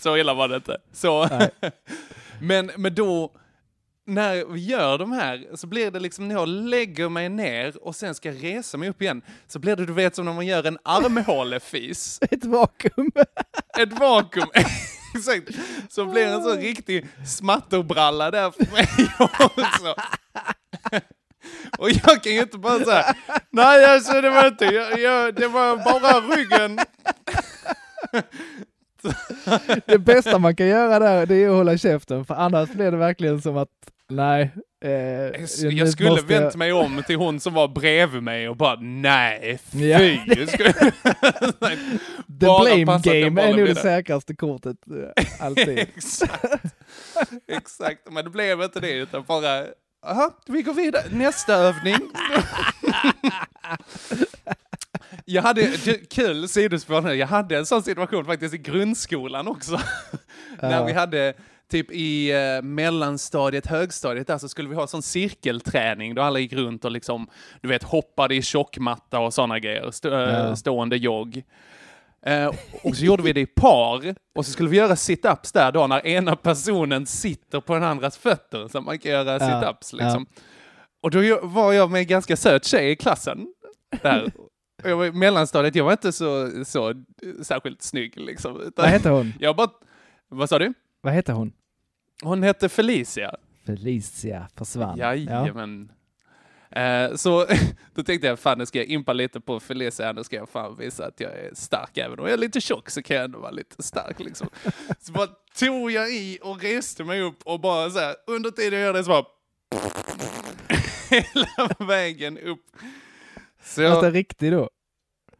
G: Så illa var det inte. Så. *laughs* Men, men då, när vi gör de här, så blir det liksom när jag lägger mig ner och sen ska resa mig upp igen, så blir det du vet som när man gör en armhålefis.
F: *laughs* Ett vakuum.
G: Ett vakuum. *laughs* Exakt. Så blir det en sån riktig smatterbralla där för mig *laughs* också. Och jag kan ju inte bara säga, nej alltså det var inte, jag, jag, det var bara ryggen.
F: Det bästa man kan göra där, det är att hålla käften, för annars blir det verkligen som att, nej. Eh, nu
G: Jag skulle
F: måste jag-
G: vänt mig om till hon som var bredvid mig och bara, nej, fy.
F: Ja.
G: Jag skulle- *laughs*
F: The
G: bara
F: blame
G: passa att den
F: game är
G: bollen
F: nog
G: blir
F: det
G: där.
F: säkraste kortet, eh,
G: *laughs*
F: alltid.
G: Exakt. Exakt, men det blev inte det utan bara, aha, vi går vidare, nästa övning. *laughs* Jag hade, du, kul sidospår nu, jag hade en sån situation faktiskt i grundskolan också. *laughs* När vi hade, typ i eh, mellanstadiet, högstadiet där så skulle vi ha sån cirkelträning då alla gick runt och liksom, du vet, hoppade i tjockmatta och såna grejer, stå, eh, stående jogg. Eh, och så gjorde vi det i par och så skulle vi göra sit-ups där då när ena personen sitter på den andras fötter så att man kan göra sit-ups liksom. Och då ju- var jag med en ganska söt tjej i klassen. Där. Och jag var i mellanstadiet, jag var inte så, så eh, särskilt snygg liksom. Utan
F: Vad heter hon?
G: Jag bara, vad sa du?
F: Vad heter hon?
G: Hon hette Felicia.
F: Felicia försvann.
G: Jajamän. Eh, så *laughs* då tänkte jag, fan nu ska jag impa lite på Felicia, nu ska jag fan visa att jag är stark. Även om jag är lite tjock så kan jag ändå vara lite stark liksom. Så bara tog jag i och reste mig upp och bara så här, under tiden jag gör det så bara... *laughs* hela vägen upp. Så jag,
F: Fast en
G: *laughs*
F: riktig då.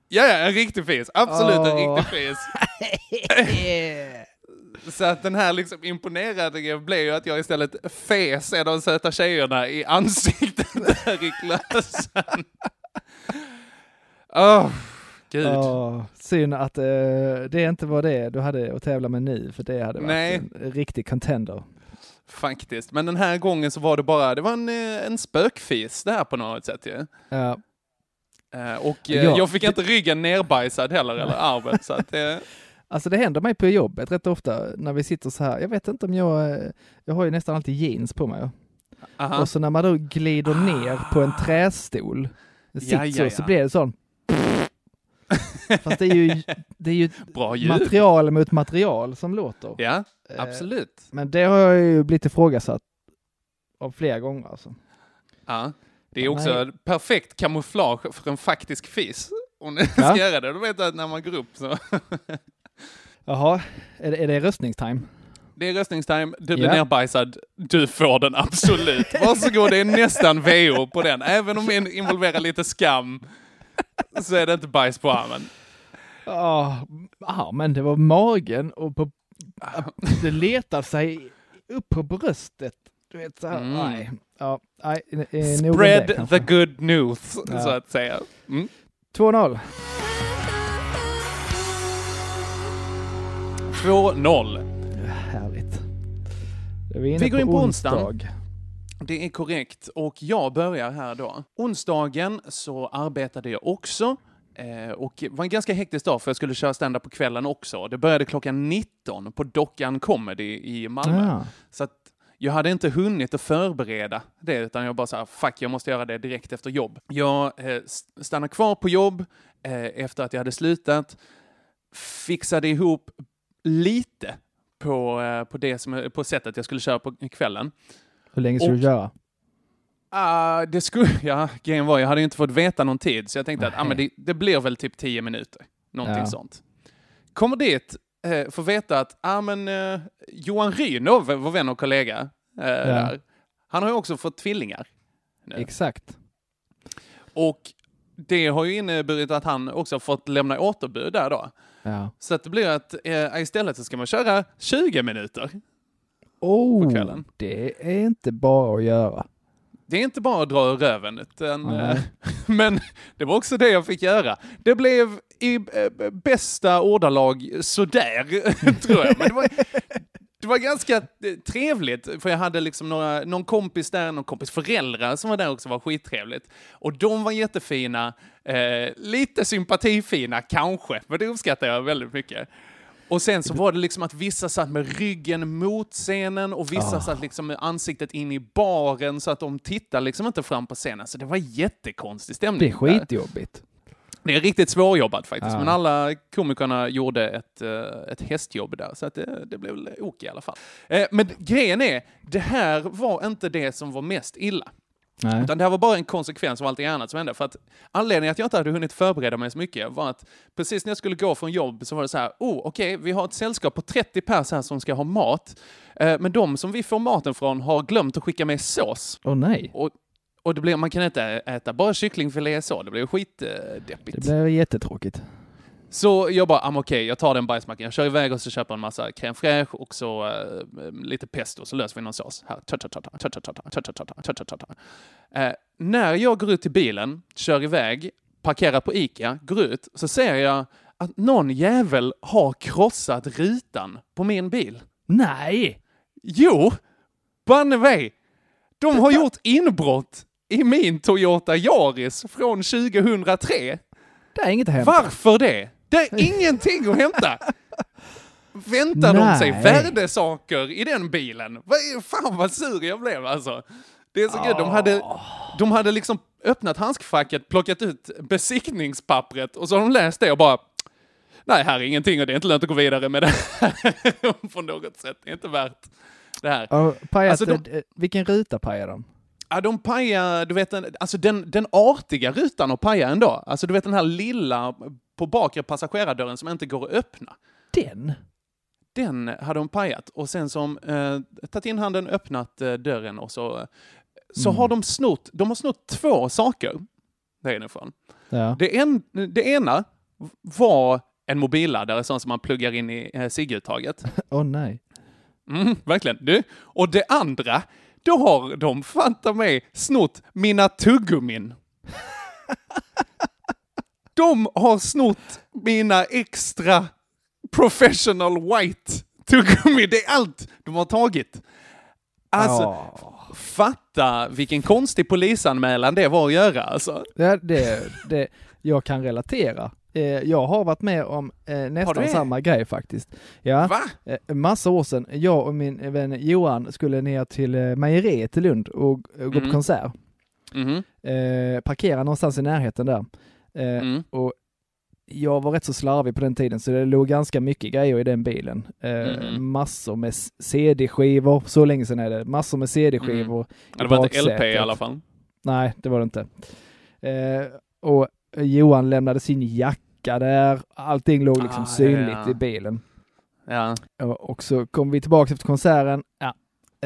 G: Ja, ja, en riktig fis. Absolut en
F: Åh.
G: riktig fis. Så att den här liksom imponerade grejen blev ju att jag istället fes en av de söta tjejerna i ansiktet *laughs* där i klassen. Åh, gud.
F: Åh, synd att eh, det inte var det du hade att tävla med nu, för det hade varit
G: Nej.
F: en riktig contender.
G: Faktiskt. Men den här gången så var det bara, det var en, eh, en spökfis det här på något sätt ju.
F: Ja.
G: Eh, Och eh,
F: Ja,
G: jag fick inte ryggen nerbajsad heller, eller armen. Så att, eh,
F: Alltså det händer mig på jobbet rätt ofta när vi sitter så här. Jag vet inte om jag, eh, jag har ju nästan alltid jeans på mig.
G: aha.
F: Och så när man då glider ner på en trästol, sitt
G: Ah. Ja, ja,
F: så, så
G: ja.
F: blir det sån. Fast det
G: *laughs*
F: är ju, det är ju
G: Bra ljud.
F: material mot material som låter.
G: Ja,
F: Eh,
G: absolut.
F: Men det har jag ju blivit ifrågasatt av flera gånger alltså.
G: Ja. Det är
F: Ja,
G: också
F: nej.
G: perfekt kamouflage för en faktisk fis. Om ni
F: Ja.
G: ska göra det, då vet jag att när man går upp så...
F: Jaha, är det, är det röstningstime?
G: Det är röstningstime, du blir
F: Ja.
G: nerbajsad, du får den
F: *laughs*
G: absolut. Varsågod, det är nästan VO på den. Även om min involverar lite skam så är det inte bajs på armen.
F: Ja, ah, men det var magen och på,
G: Ah.
F: det letar sig upp på bröstet. Du vet så här,
G: Mm.
F: nej. Ja, nej, eh, nog om det
G: Spread
F: kanske.
G: the good news,
F: Ja.
G: så att säga. Mm.
F: 2-0.
G: 2-0.
F: Härligt. Då är vi, inne
G: Vi går in på onsdagen.
F: onsdag.
G: Det är korrekt. Och jag börjar här då. Onsdagen så arbetade jag också. Eh, och det var en ganska hektisk dag för jag skulle köra stand-up på kvällen också. Det började klockan 19 på Dockan Comedy i Malmö.
F: Ah,
G: Så att jag hade inte hunnit att förbereda det utan jag bara så här, fuck, jag måste göra det direkt efter jobb. Jag eh, s- stannade kvar på jobb eh, efter att jag hade slutat. Fixade ihop lite på, eh, på, det som, på sättet jag skulle köra på kvällen.
F: hur länge ska
G: Och-
F: du köra?
G: Ah, det skulle, *laughs* ja, grejen var, jag hade ju inte fått veta någon tid, så jag tänkte att ah, men det, det blir väl typ 10 minuter. Någonting
F: Ja.
G: sånt. Kommer dit, eh, får veta att ah, men, eh, Johan Rynov, vår vän och kollega, eh, där, han har ju också fått tvillingar. Ja.
F: Exakt.
G: Och det har ju inneburit att han också fått lämna återbud där då.
F: Ja.
G: Så att det blir att eh, istället så ska man köra 20 minuter.
F: Oh,
G: kvällen.
F: det är inte bara att göra.
G: Det är inte bara att dra ur röven, utan,
F: Nej.
G: eh, *laughs* men det var också det jag fick göra. Det blev i eh, bästa ordalag sådär, *laughs* tror jag. Men det, var, det var ganska eh, trevligt, för jag hade liksom några, någon kompis där, någon kompis föräldrar som var där också, var skittrevligt. Och de var jättefina, eh, lite sympatifina kanske, men det uppskattar jag väldigt mycket. Och sen så var det liksom att vissa satt med ryggen mot scenen och
F: Ah.
G: vissa satt liksom med ansiktet in i baren så att de tittar liksom inte fram på scenen. Så det var jättekonstig stämning.
F: Det är
G: där.
F: skitjobbigt.
G: Det är riktigt svårjobbat faktiskt,
F: Ja.
G: men alla komikerna gjorde ett, eh, ett hästjobb där, så att det, det blev väl ok i alla fall. Eh, Men grejen är, det här var inte det som var mest illa.
F: Nej.
G: Utan det här var bara en konsekvens av allting annat som hände. För att anledningen att jag inte hade hunnit förbereda mig så mycket var att precis när jag skulle gå från jobb så var det så här, oh okej, vi har ett sällskap på 30 pers här som ska ha mat. Eh, Men de som vi får maten från har glömt att skicka med sås.
F: Åh nej,
G: Och, och det blir, man kan inte äta bara kycklingfilé så, det blir skitdeppigt.
F: det blev jättetråkigt.
G: Så jag bara, ah, men okej, jag tar den bajsmackan, jag kör iväg och så köper jag en massa crème fraîche och så eh, lite pesto, så löser vi någon sås. Här, ta-ta-ta-ta, ta-ta-ta-ta, ta-ta-ta-ta, ta-ta-ta-ta. Eh, När jag går ut till bilen, kör iväg, parkerar på Ica, går ut, så ser jag att någon jävel har krossat rutan på min bil.
F: Nej!
G: Jo! Banne mig! De har gjort inbrott i min Toyota Yaris från 2003.
F: Det är inget att hämta.
G: Varför det? Det är ingenting att hämta! Väntar de sig
F: Nej.
G: värdesaker i den bilen? Vad- Fan vad sur jag blev alltså. Det är så gud.
F: Ah.
G: De hade, de hade liksom öppnat handskfacket, plockat ut besiktningspappret och så har de läst det och bara Nej, här är ingenting och det är inte lönt att gå vidare med det här *laughs* på något sätt. Det är inte värt det här.
F: Ja, pajat,
G: Alltså, de-
F: eh, Vilken ruta pajade de?
G: Ja, de pajar, du vet, den- alltså den, den artiga rutan att paja ändå. Alltså du vet den här lilla på bakre passagerardörren som inte går att öppna.
F: Den?
G: Den hade de pajat och sen som eh, tagit in handen, öppnat eh, dörren och så, så har de snott, de har snott två saker därifrån.
F: Ja.
G: Det, en, det ena var en mobilladdare, sån som man pluggar in i eh, cigguttaget.
F: Åh nej.
G: Mm, verkligen. Du. Och det andra, då har de fanta mig snott mina *laughs* tuggummin. De har snott mina extra professional white tuggummi. Det är allt de har tagit. Alltså, fatta vilken konstig polisanmälan det var att göra alltså.
F: Ja, det, det, jag kan relatera. Eh, Jag har varit med om eh, nästan
G: det?
F: samma grej faktiskt. Ja,
G: Va?
F: eh, massa år sedan. Jag och min vän Johan skulle ner till eh, mejeriet i Lund och, och gå
G: Mm.
F: på konsert.
G: Mhm.
F: Eh, parkera någonstans i närheten där. Eh,
G: Mm.
F: Och jag var rätt så slarvig på den tiden så det låg ganska mycket grejer i den bilen. Eh, Massor med s- CD-skivor, så länge sedan är det. Massor med CD-skivor. i
G: Mm. Ja, Det var inte LP i
F: baksätet.
G: alla fall.
F: Nej, det var det inte. Eh, och Johan lämnade sin jacka där. Allting låg liksom
G: Ah,
F: synligt
G: ja, ja.
F: i bilen.
G: Ja.
F: Och, och så kom vi tillbaka efter konserten. Ja.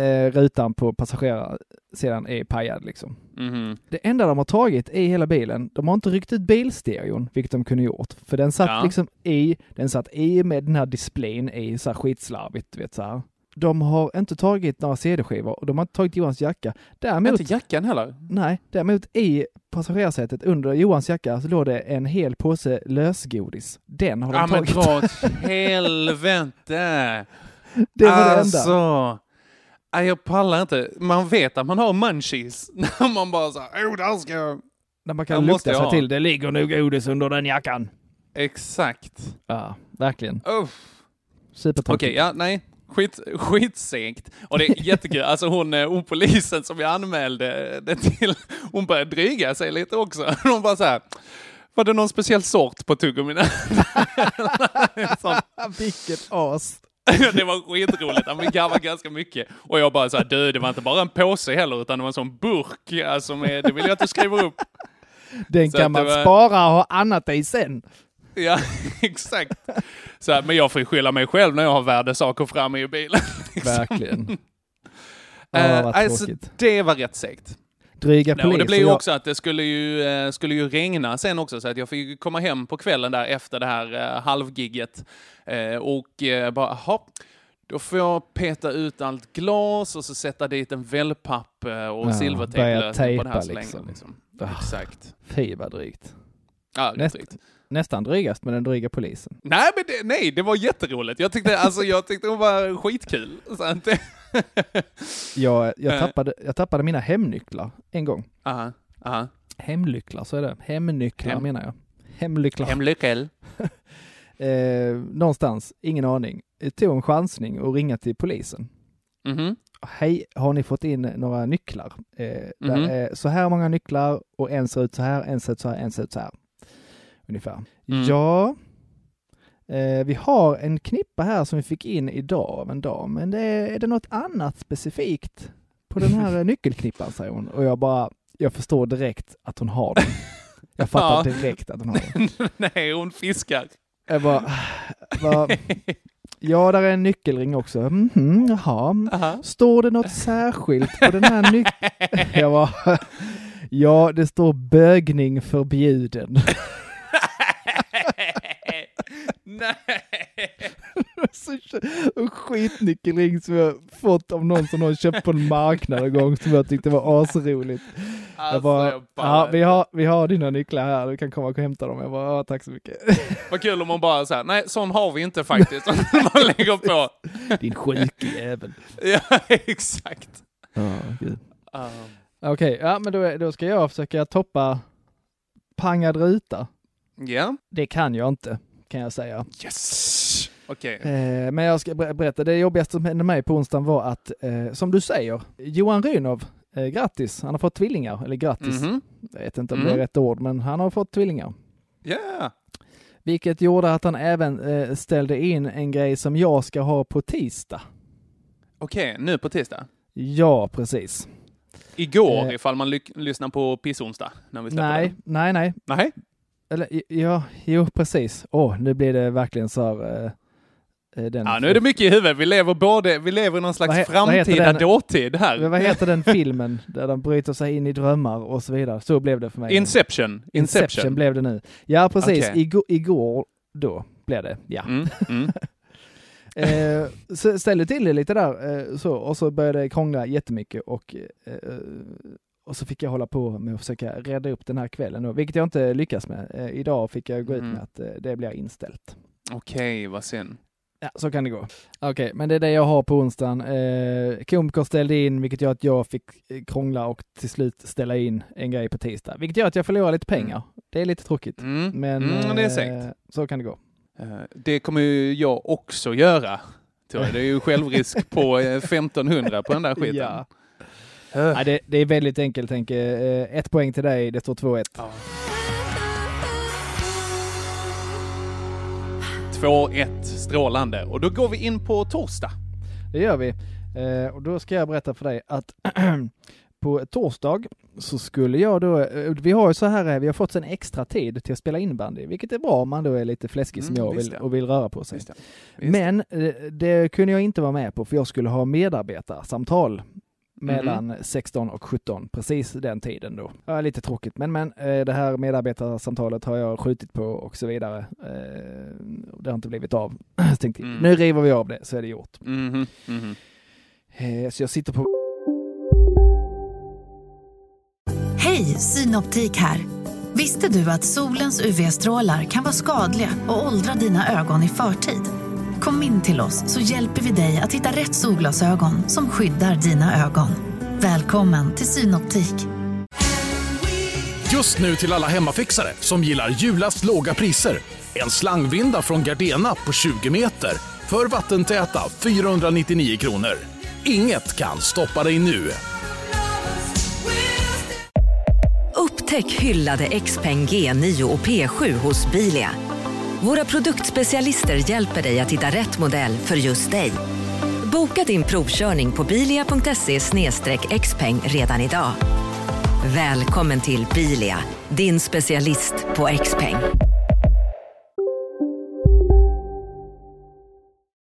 F: Eh, rutan på passagerarsidan är pajad liksom.
G: Mhm.
F: Det enda de har tagit är hela bilen. De har inte ryckt ut bilstereon, vilket de kunde gjort. För den satt
G: Ja.
F: liksom i, den satt i med den här displayen i så här skitslarvigt, du vet så här. De har inte tagit några CD-skivor och de har inte tagit Johans jacka.
G: Men
F: Däremot
G: inte jackan heller.
F: Nej, däremot i passagerarsätet under Johans jacka så låg det en hel påse lösgodis. Den har de
G: Ja men
F: tagit.
G: dra åt *laughs* helvete!
F: *laughs* Det var det enda.
G: alltså, nej, jag pallar inte. Man vet att man har munchies *laughs* när man bara så här, oh, det här ska jag...
F: När man
G: den
F: kan
G: måste
F: lukta
G: jag
F: sig
G: ha.
F: till. Det ligger nog godis under den jackan.
G: Exakt.
F: Ja, verkligen.
G: Uff.
F: Supertråkigt.
G: Okej, ja, nej. Skit, skitsegt. Och det är jättekul. Alltså hon, eh, hon polisen som jag anmälde eh, det till, hon började dryga sig lite också. *laughs* Hon bara så här, var det någon speciell sort på tuggummina? Sånt.
F: *laughs* Vilket as.
G: *laughs* det var skitroligt. Han garvade ganska mycket. Och jag bara så här, du, det var inte bara en påse heller, utan det var en sån burk. Alltså, med, det vill jag att du skriver upp.
F: Den
G: Så
F: kan
G: att det
F: man
G: var-
F: spara och ha annat i sen.
G: Ja, *laughs* exakt. Så här, men jag får ju skylla mig själv när jag har värdesaker framme i bilen.
F: Verkligen. *laughs* Ja, vad
G: Eh, alltså,
F: tråkigt.
G: det var rätt segt.
F: *laughs* Dryga
G: Nej, och
F: polis.
G: det blev ju
F: och jag-
G: också att det skulle ju, eh, skulle ju regna sen också, så att jag fick ju komma hem på kvällen där efter det här eh, halvgigget eh, och eh, bara, jaha, då får jag peta ut allt glas och så sätta dit en wellpapp eh, och
F: Ja, börja
G: silvertejplösning på det här
F: tejpa
G: så länge.
F: liksom.
G: Liksom.
F: Ah.
G: Exakt.
F: Fy vad drygt.
G: Ja, rätt
F: Nästa-
G: riktigt.
F: Nästan drygast med den dryga polisen.
G: Nej, men det, nej, det var jätteroligt. Jag tyckte, alltså, jag tyckte hon var skitkul. Så att det...
F: Jag, jag,
G: Eh.
F: tappade, jag tappade mina hemnycklar en gång.
G: aha, aha.
F: Hemlycklar, så är det. Hemnycklar
G: Hem-
F: menar jag. Hemlycklar.
G: Hemlyckel.
F: eh, någonstans, ingen aning, Jag tog en chansning och ringa till polisen.
G: Mhm.
F: Hej, har ni fått in några nycklar? Eh,
G: Mhm.
F: där är så här många nycklar och en ser ut så här, en ser ut så här, en ser ut så här. Ungefär.
G: Mm.
F: Ja, eh, vi har en knippa här som vi fick in idag av en dam, men det är, är det något annat specifikt på den
G: *laughs*
F: här eh, nyckelknippan, säger hon. Och jag bara, jag förstår direkt att hon
G: *laughs*
F: har den. Jag fattar
G: Ja.
F: direkt att hon har den.
G: *laughs* nej, hon fiskar. *laughs*
F: Jag bara, vad- ja där är en nyckelring också. Mhm, jaha.
G: Aha.
F: Står det något särskilt på den här nyckeln? *laughs* Jag bara, ja det står bögning förbjuden.
G: Nej!
F: *laughs* Så kö- en skitnyckelring som jag fått av någon som någon köpt på en marknad en gång som jag tyckte var asroligt. Alltså, jag bara,
G: Alltså, jag
F: ja,
G: bara-
F: vi, har, vi har dina nycklar här, du kan komma och hämta dem. Jag bara, ja, tack så mycket.
G: Vad kul om man bara såhär, nej sån har vi inte faktiskt. *laughs* man lägger på.
F: Din sjuke jävel.
G: ja, *laughs* exakt.
F: Ja, gud.
G: Um,
F: Okej, ja, men då, är- då ska jag försöka toppa pangad ruta.
G: Ja.
F: Det kan jag inte, kan jag säga.
G: Yes! Okej.
F: Eh, men jag ska ber- berätta, det jobbigaste som hände mig på onsdagen var att, eh, som du säger, Johan Rynov, eh, grattis, han har fått tvillingar. Eller grattis,
G: Mhm.
F: jag vet inte om det
G: Mhm.
F: är rätt ord, men han har fått tvillingar.
G: Ja.
F: Vilket gjorde att han även eh, ställde in en grej som jag ska ha på tisdag.
G: Okej, nu på tisdag.
F: Ja, precis.
G: Igår,
F: Eh.
G: ifall man lyck- lyssnar på pissonsdag. När vi släpper
F: Nej,
G: den.
F: nej, nej.
G: Nej.
F: Eller i- ja, jo, precis. Åh, nu blir det verkligen så här... Eh, eh, den
G: Ja, nu är det mycket i huvudet. Vi lever både, vi lever i någon slags
F: Vad he- vad heter
G: framtida
F: den?
G: dåtid här.
F: Men vad heter den filmen där de bryter sig in i drömmar och så vidare? Så blev det för mig.
G: Inception. Inception.
F: Inception blev det nu. Ja, precis.
G: Okej.
F: Igo- igår då blev det, ja.
G: Mm, mm. *laughs*
F: Eh, så ställde till det lite där eh, så, och så började det krångla jättemycket och, eh, eh, och så fick jag hålla på med att försöka rädda upp den här kvällen, då, vilket jag inte lyckas med. Eh, idag fick jag gå ut
G: Mm.
F: med att eh, det blir inställt.
G: Okej, vad synd.
F: Ja, så kan det gå. Okej, men det är det jag har på onsdagen. Eh, komiker ställde in, vilket gör att jag fick eh, krångla och till slut ställa in en grej på tisdag, vilket gör att jag förlorar lite pengar. Det är lite tråkigt.
G: Mm.
F: Men
G: mm, det är
F: eh,
G: segt.
F: så kan det gå.
G: Eh, Det kommer ju jag också göra. Tror jag. Det är ju självrisk på eh, 1500 på den där skiten. Eh,
F: Ja. Nej, det, det är väldigt enkelt Henke. Eh, Ett poäng till dig, det står 2-1.
H: Ooh, ooh, ooh.
G: 2-1, strålande. Och då går vi in på torsdag.
F: Det gör vi. Eh, Och då ska jag berätta för dig att *clears throat* på torsdag så skulle jag då, eh, vi har ju så här, eh, vi har fått en extra tid till att spela inbandy, vilket är bra om man då är lite fläskig som
G: Mm,
F: jag
G: visst
F: vill,
G: ja.
F: och vill röra på sig.
G: Visst, ja. Visst.
F: Men eh, det kunde jag inte vara med på för jag skulle ha medarbetarsamtal
G: Mhm.
F: mellan 16 och 17, precis den tiden då. Ja, lite tråkigt, men, men eh, det här medarbetarsamtalet har jag skjutit på och så vidare. Eh, och Det har inte blivit av. *clears throat* Så tänkte, jag,
G: Mm.
F: Nu river vi av det så är det gjort.
G: Mhm, mhm.
F: Eh, Så jag sitter på
I: Hej, Synoptik här. Visste du att solens UV-strålar kan vara skadliga och åldra dina ögon i förtid? Kom in till oss så hjälper vi dig att hitta rätt solglasögon som skyddar dina ögon. Välkommen till Synoptik.
J: Just nu till alla hemmafixare som gillar julast låga priser. En slangvinda från Gardena på 20 meter för vattentäta 499 kronor. Inget kan stoppa dig nu.
K: Upptäck hyllade XPeng G9 och P7 hos Bilia. Våra produktspecialister hjälper dig att hitta rätt modell för just dig. Boka din provkörning på bilia.se xpeng redan idag. Välkommen till Bilia, din specialist på XPeng.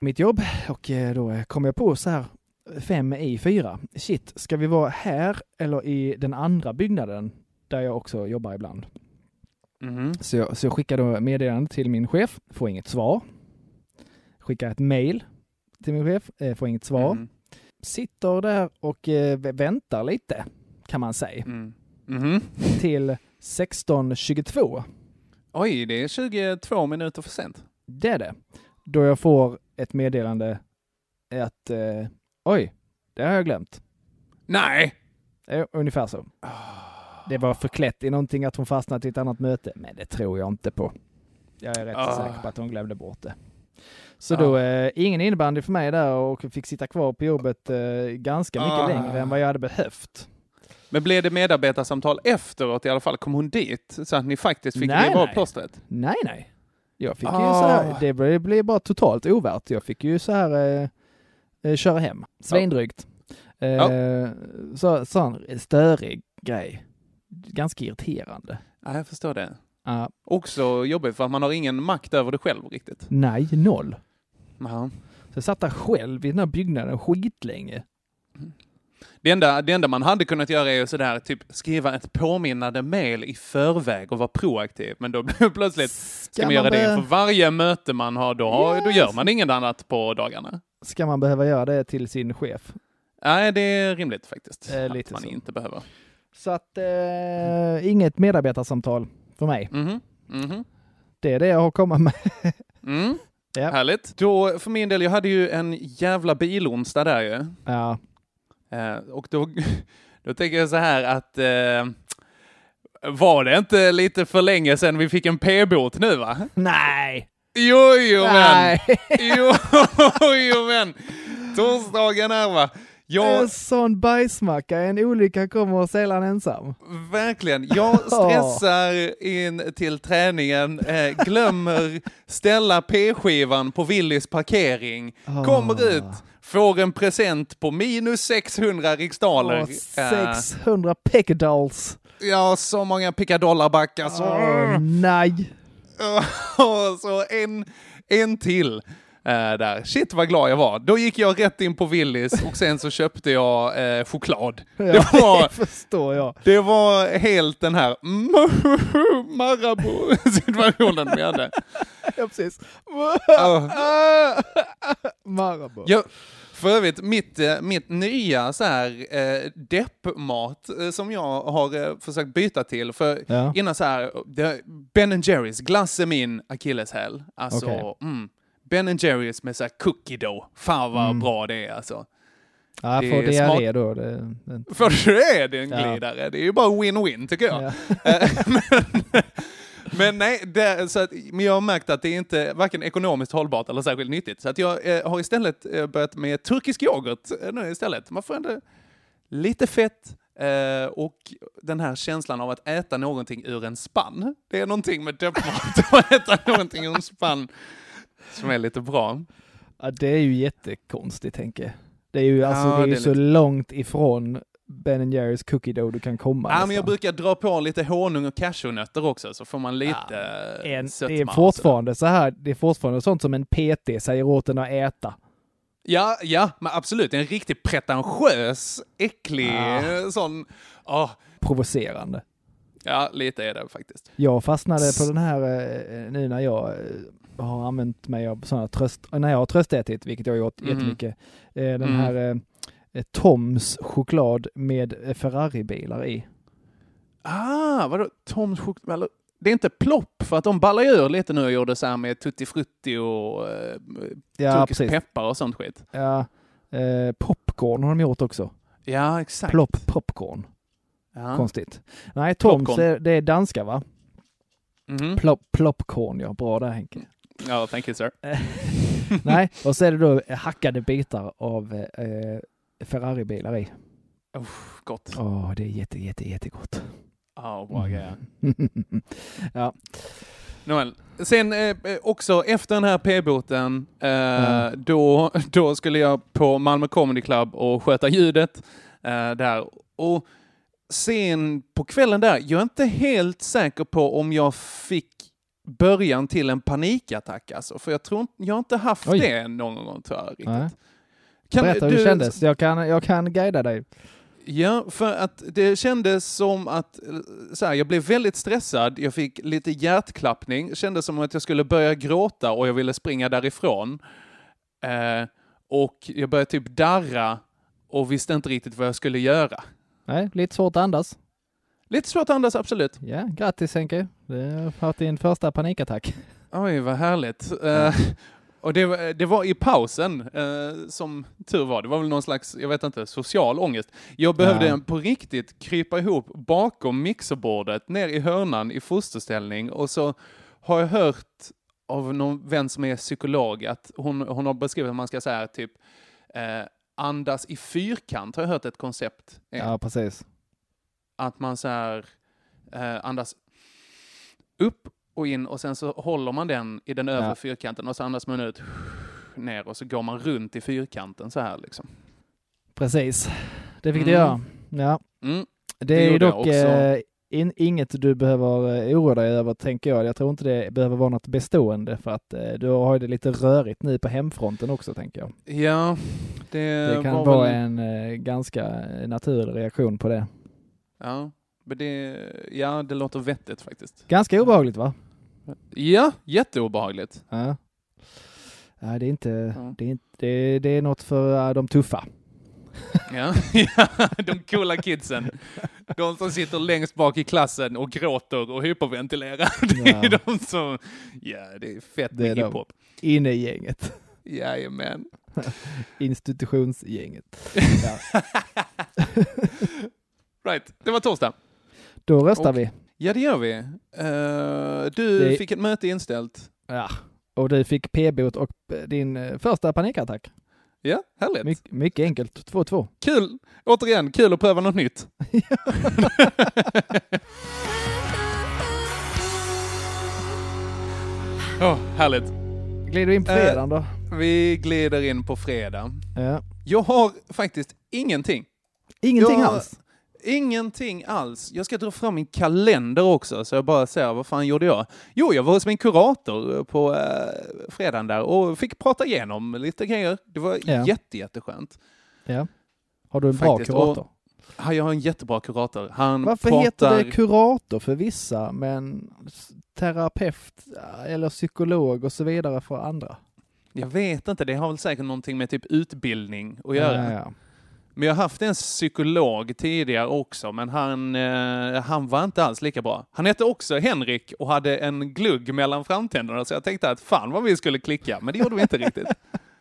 F: mitt jobb och eh, då eh, kom jag på så här, fem i fyra. Shit, ska vi vara här eller i den andra byggnaden där jag också jobbar ibland?
G: Mhm.
F: Så jag, så jag skickade då meddelande till min chef, får inget svar. Skickar ett mail till min chef, eh, får inget svar.
G: Mhm.
F: Sitter där och eh, vä- väntar lite, kan man säga,
G: Mm. Mhm.
F: till 16.22.
G: Oj, det är 22 minuter för sent.
F: Det är det. Då jag får ett meddelande att eh, oj, det har jag glömt.
G: Nej!
F: Eh, Ungefär så. Det var förklätt i någonting att hon fastnat i ett annat möte, men det tror jag inte på. Jag är rätt
G: Ah.
F: säker på att hon glömde bort det. Så då, eh, ingen innebandy för mig där och fick sitta kvar på jobbet eh, ganska mycket
G: Ah.
F: längre än vad jag hade behövt.
G: Men blev det medarbetarsamtal efteråt i alla fall? Kom hon dit så att ni faktiskt fick
F: Nej,
G: riva av
F: nej.
G: plåstret?
F: Nej, nej. Jag fick ju
G: Ah.
F: så här, det blev, blev bara totalt ovärt. Jag fick ju så här eh, eh, köra hem. Svindrygt. Eh, så, sån störig grej. Ganska irriterande. Ah,
G: Ja, jag förstår det.
F: Ja,
G: Också jobbigt för att man har ingen makt över det själv riktigt.
F: nej, noll.
G: Ja.
F: Så jag satt där själv i den här byggnaden skitlänge.
G: Det enda, det enda man hade kunnat göra är ju sådär, typ skriva ett påminnande mail i förväg och vara proaktiv. Men då blir det plötsligt, ska man
F: man
G: göra det
F: börja-
G: inför varje möte man har, då, har- då gör man inget annat på dagarna.
F: Ska man behöva göra det till sin chef?
G: Nej, det är rimligt faktiskt.
F: Eh,
G: att
F: lite
G: man
F: så.
G: inte behöver.
F: Så att eh, inget medarbetarsamtal för mig.
G: Mhm, mhm.
F: Det är det jag har att komma med. *laughs*
G: Mm.
F: Ja.
G: Härligt. Då, för min del, jag hade ju en jävla bilonsdag där ju.
F: Ja.
G: Eh, och då, *laughs* då tänker jag så här att eh, var det inte lite för länge sedan vi fick en p-bot nu va?
F: Nej!
G: Jo, jo, men.
F: Nej.
G: *laughs* Jo, jo, men. Torsdagen här va. Jag,
F: En sån bajsmacka, en olycka kommer sällan ensam.
G: Verkligen.
F: *laughs*
G: Jag stressar in till träningen, eh, glömmer ställa p-skivan på Willys parkering,
F: Ah.
G: kommer ut, får en present på minus 600 riksdaler.
F: Åh,
G: Eh,
F: 600 peckadolls.
G: ja, så många pickadollarbackar. Så,
F: Åh, nej!
G: *laughs* och så en, en till. eh, där. Shit vad glad jag var. Då gick jag rätt in på Willys och sen så köpte jag eh, choklad. Det var,
F: *laughs* Det förstår jag.
G: Det var helt den här *laughs* Marabou-situationen vi hade. Ah.
F: Ja, precis. Marabou.
G: Jag, för övrigt, mitt, eh, mitt nya så här, eh, deppmat eh, som jag har eh, försökt byta till, för
F: Ja.
G: innan så här, det, Ben Jerrys, glass är min akilleshäl. Alltså,
F: Okej.
G: mm, Ben Jerrys med så här cookie dough, fan vad
F: Mm.
G: bra det är alltså.
F: Ja,
G: det
F: får
G: är
F: diarré då. Det, det,
G: För det är det en
F: Ja.
G: glidare. Det är ju bara win-win tycker jag.
F: Ja.
G: Eh, men, men nej, det, så att, men jag har märkt att det är inte varken ekonomiskt hållbart eller särskilt nyttigt. Så att jag eh, har istället eh, börjat med turkisk yoghurt eh, nu istället. Man får ändå lite fett eh, och den här känslan av att äta någonting ur en spann. Det är någonting med deppmat *laughs* att äta någonting ur en spann som är lite bra.
F: ja, det är ju jättekonstigt, Henke. Det är ju, alltså,
G: Ja,
F: det är ju
G: det är
F: så
G: lite-
F: långt ifrån Ben Jerrys cookie dough du kan komma. liksom.
G: Ja,
F: nästan.
G: men jag brukar dra på lite honung och cashewnötter också så får man lite eh,
F: en, det är
G: sötma och sådär.
F: fortfarande så här, det är fortfarande sånt som en PT säger åt en att äta.
G: Ja, ja, men absolut. En riktigt pretentiös, äcklig eh, sån... ja
F: Provocerande.
G: ja, lite är det faktiskt.
F: Jag fastnade på den här eh, nu när jag eh, har använt mig av sådana tröst, eh, när jag har tröstätit, vilket jag har gjort
G: Mhm.
F: jättemycket, eh, den
G: Mm.
F: här eh, eh, Toms choklad med eh, Ferrari-bilar i.
G: Ah, vadå? Toms choklad? eller- Det är inte plopp, för att de ballar ju ur lite nu och gjorde så här med tutti frutti och eh,
F: Ja,
G: turkisk
F: precis.
G: peppar och sånt skit.
F: Ja, eh, popcorn har de gjort också.
G: Ja, exakt.
F: Plopp popcorn.
G: Ja.
F: Konstigt. Nej, Toms,
G: Popcorn.
F: är, det är danska va?
G: Mhm.
F: Plopp, popcorn, ja. Bra där *laughs* Henke.
G: ja, thank you sir.
F: Nej, och så är det då hackade bitar av eh, Ferrari-bilar i.
G: Uff, gott.
F: Åh, det är jätte, jätte, jättegott.
G: Ja, bra
F: Mm. *laughs*
G: grejer.
F: ja.
G: Nåväl. Sen eh, eh, också efter den här p-boten, eh,
F: Mm.
G: då, *laughs* då skulle jag på Malmö Comedy Club och sköta ljudet eh, där. Och sen på kvällen där, jag är inte helt säker på om jag fick början till en panikattack alltså. För jag tror inte- jag har inte haft
F: Oj.
G: det någon gång tror jag.
F: Nej.
G: Riktigt. Kan
F: Berätta hur det kändes. Jag kan, jag kan guida dig.
G: Ja, för att det kändes som att eh, så här, jag blev väldigt stressad. Jag fick lite hjärtklappning. Kändes som att jag skulle börja gråta och jag ville springa därifrån. Eh, och jag började typ darra och visste inte riktigt vad jag skulle göra.
F: Nej, lite svårt att andas.
G: Lite svårt att andas, absolut.
F: Ja, grattis Henke. Du har haft din första panikattack.
G: Oj, vad härligt. Eh, och det, var- det var i pausen, eh, som tur var. Det var väl någon slags, jag vet inte, social ångest. Jag behövde
F: Ja.
G: på riktigt krypa ihop bakom mixerbordet, ner i hörnan i fosterställning. Och så har jag hört av någon vän som är psykolog att hon, hon har beskrivit att man ska säga typ eh, andas i fyrkant, har jag hört ett koncept. är.
F: Ja, precis.
G: Att man så här eh, andas upp och in och sen så håller man den i den övre
F: Ja.
G: fyrkanten och så andas man ut ner och så går man runt i fyrkanten så här liksom.
F: Precis. Det fick du
G: Mm.
F: göra. Ja.
G: Mm.
F: Det,
G: Det
F: är ju
G: gjorde jag
F: dock
G: också.
F: eh, in, inget du behöver eh, oroa dig över, tänker jag. Jag tror inte det behöver vara något bestående för att eh, du har ju det lite rörigt nu på hemfronten också, tänker jag.
G: Ja, det,
F: Det kan
G: var
F: vara
G: väl...
F: en eh, ganska naturlig reaktion på det.
G: Ja, men det, ja, det låter vettigt faktiskt.
F: Ganska obehagligt, va?
G: Ja, jätteobehagligt.
F: Ja. Nej, det är inte, det är inte, det är, det är något för eh, de tuffa.
G: *laughs* Ja. *laughs* De coola kidsen. De som sitter längst bak i klassen och gråter och hyperventilerar. *laughs* Det är
F: Ja.
G: *laughs* de som... Ja, det är fett
F: Det är
G: med
F: de.
G: hiphop.
F: Inne i gänget.
G: Jajamän. *laughs*
F: Institutionsgänget.
G: Right, det var torsdag.
F: Då röstar
G: Och-
F: vi.
G: Ja, det gör vi. Eh, du
F: Det-
G: fick ett möte inställt.
F: Ja. Och du fick p-bot och eh, din eh, första panikattack.
G: Ja, härligt.
F: My, mycket enkelt. 2-2.
G: Kul! Återigen, kul att pröva något
F: *laughs*
G: nytt. Åh, härligt.
F: Glider vi in på
G: Eh,
F: fredagen då?
G: Vi glider in på fredag.
F: Ja.
G: Jag har faktiskt ingenting.
F: Ingenting
G: jag,
F: alls?
G: Ingenting alls. Jag ska dra fram min kalender också, så jag bara ser vad fan gjorde jag? Jo, jag var hos min kurator på eh, fredagen där och fick prata igenom lite grejer. Det var
F: Ja.
G: jätte, jätteskönt.
F: Ja. Har du en
G: Faktiskt.
F: bra kurator?
G: Och, ja, jag har en jättebra kurator. Han
F: Varför
G: pratar...
F: heter det kurator för vissa, men s- terapeut eh, eller psykolog och så vidare för andra?
G: Jag vet inte, det har väl säkert någonting med typ utbildning att göra.
F: Ja, ja.
G: Men jag har haft en psykolog tidigare också, men han, eh, han var inte alls lika bra. Han hette också Henrik och hade en glugg mellan framtänderna, så jag tänkte att fan vad vi skulle klicka, men det gjorde vi inte riktigt.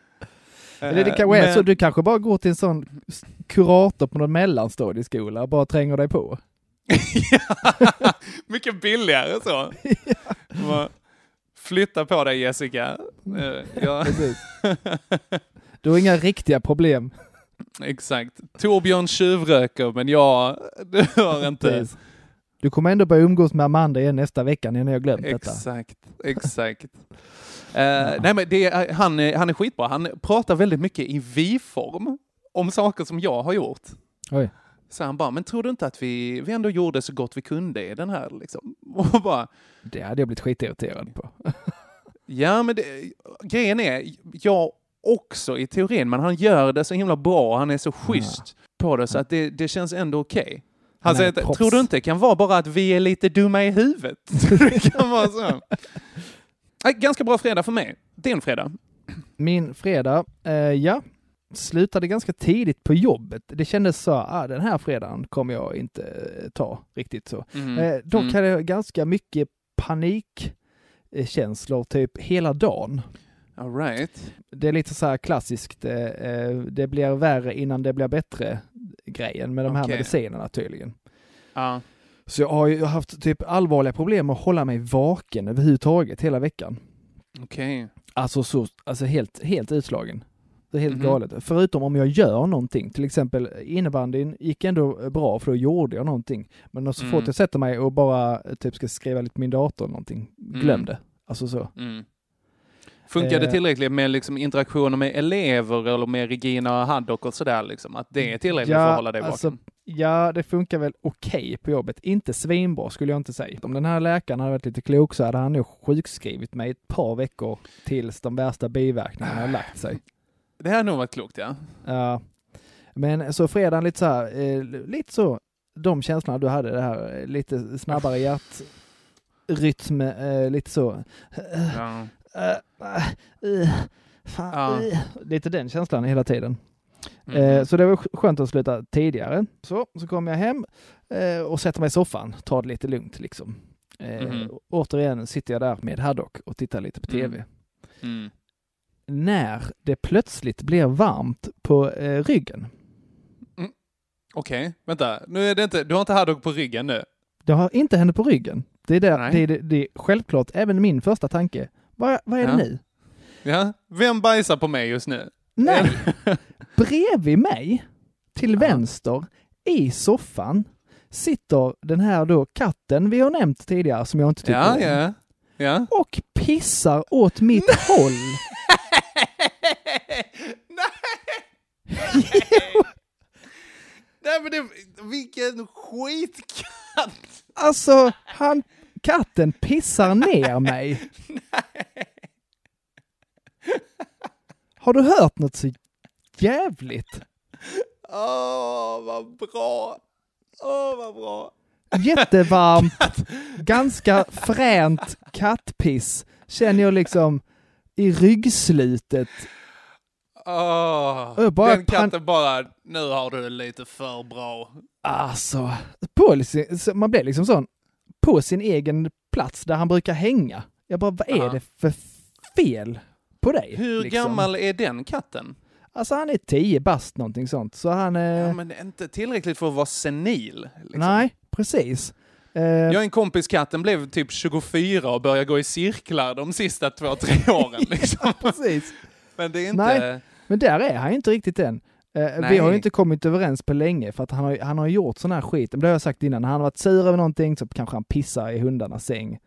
F: *laughs* Eller det
G: Eh,
F: kanske är
G: men-
F: så, du kanske bara går till en sån s- kurator på någon mellanstadieskola och bara tränger dig
G: *laughs*
F: på?
G: *laughs* Mycket billigare
F: *laughs*
G: så. Bara, Flytta på dig Jessica. Eh, ja. *laughs*
F: Precis. Du har inga riktiga problem.
G: Exakt. Torbjörn tjuvröker, men jag det hör inte.
F: Precis. Du kommer ändå börja umgås med Amanda igen nästa vecka när jag har glömt detta.
G: Exakt, exakt.
F: *laughs*
G: Eh, nej, men det är, han, är- han är skitbra. Han pratar väldigt mycket i vi-form om saker som jag har gjort.
F: Oj.
G: Så han bara, men tror du inte att vi, vi ändå gjorde så gott vi kunde i den här liksom? *laughs* Och bara,
F: Det hade jag blivit skitirriterad på.
G: ja men det, grejen är, jag också i teorin, men han gör det så himla bra, han är så schysst på det så att det, det känns ändå okej. Han
F: Han är
G: säger,
F: ett proffs.
G: att, tror du inte det kan vara bara att vi är lite dumma i huvudet? *laughs* det kan vara så. Nej, Ganska bra fredag för mig. Din fredag.
F: Min fredag, eh, ja, slutade ganska tidigt på jobbet. Det kändes så, ah, den här fredagen kommer jag inte eh, ta riktigt så.
G: Mm.
F: Eh, dock
G: Mm.
F: hade jag ganska mycket panikkänslor typ hela dagen.
G: All right.
F: Det är lite så här klassiskt, eh, eh, det blir värre innan det blir bättre grejen med de här
G: Okej.
F: medicinerna tydligen.
G: Ja.
F: Så jag har ju haft typ allvarliga problem att hålla mig vaken överhuvudtaget hela veckan.
G: Okej.
F: Alltså, så, alltså helt, helt utslagen. Det är helt
G: Mhm.
F: galet. Förutom om jag gör någonting, till exempel innebandyn gick ändå bra för då gjorde jag någonting. Men så
G: Mm.
F: fort jag sätter mig och bara eh, typ ska skriva lite på min dator eller någonting, glöm
G: Mm.
F: det. Alltså så.
G: Mm. Funkar det
F: Eh.
G: tillräckligt med liksom interaktioner med elever eller med Regina Haddock och sådär? Liksom? Att det är tillräckligt
F: Ja,
G: för att hålla dig vaken?
F: alltså, Ja, det funkar väl okej på jobbet. Inte svinbra skulle jag inte säga. Om den här läkaren hade varit lite klok så hade han nog sjukskrivit mig ett par veckor tills de värsta biverkningarna har lagt sig.
G: Det här nog varit klokt, ja.
F: Ja. Men så fredagen lite så här, eh, lite så, de känslorna du hade det här, eh, lite
G: *laughs*
F: snabbare hjärtrytm, eh, lite så. Eh,
G: ja.
F: eh, eh, eh, fan,
G: Ja.
F: eh. Lite den känslan hela tiden.
G: Mm.
F: Eh, Så det var sk- skönt att sluta tidigare. Så, så kom jag hem eh, och sätter mig i soffan, tar det lite lugnt liksom. Eh,
G: Mhm.
F: Återigen sitter jag där med Haddock och tittar lite på
G: Mm.
F: tv.
G: Mm.
F: När det plötsligt blir varmt på eh, ryggen.
G: Okej, vänta. Nu är det inte, du har inte Haddock på ryggen nu?
F: Det har inte henne på ryggen. Det är, där,
G: Nej.
F: det, är, det är självklart även min första tanke. Vad, vad är det
G: Ja.
F: nu?
G: Ja? Vem bajsar på mig just nu? *laughs*
F: Nej! Bredvid mig, till vänster, i soffan, sitter den här då katten vi har nämnt tidigare som jag inte tycker
G: Ja,
F: om.
G: ja. ja.
F: Och pissar åt mitt håll.
G: Nej men det, vilken skitkatt!
F: Alltså, han, katten pissar ner mig. Har du hört något så jävligt?
G: Åh, vad bra! Åh, vad bra!
F: Jättevarmt, ganska fränt kattpiss känner jag liksom i ryggslutet.
G: Åh,
F: Jag bara
G: den
F: pan-
G: katten bara, nu har du det lite för bra.
F: Alltså, på, sin- så man blir liksom sån på sin egen plats där han brukar hänga. Jag bara, vad är det för fel på dig?
G: Hur
F: liksom?
G: gammal är den katten?
F: Alltså han är 10 bast någonting sånt, så han eh, är...
G: Ja, men inte tillräckligt för att vara senil. Liksom.
F: Nej, precis. Eh,
G: Jag är en kompis katt, den blev typ 24 och började gå i cirklar de sista två, tre
F: *laughs*
G: åren. Liksom.
F: precis.
G: Men det är inte...
F: Nej, men där är han ju inte riktigt än. Eh, vi
G: Nej.
F: har ju inte kommit överens på länge för att han har, han har gjort sån här skit, men det har jag sagt innan, när han har varit sur över någonting så kanske han pissar i hundarnas säng. Eh,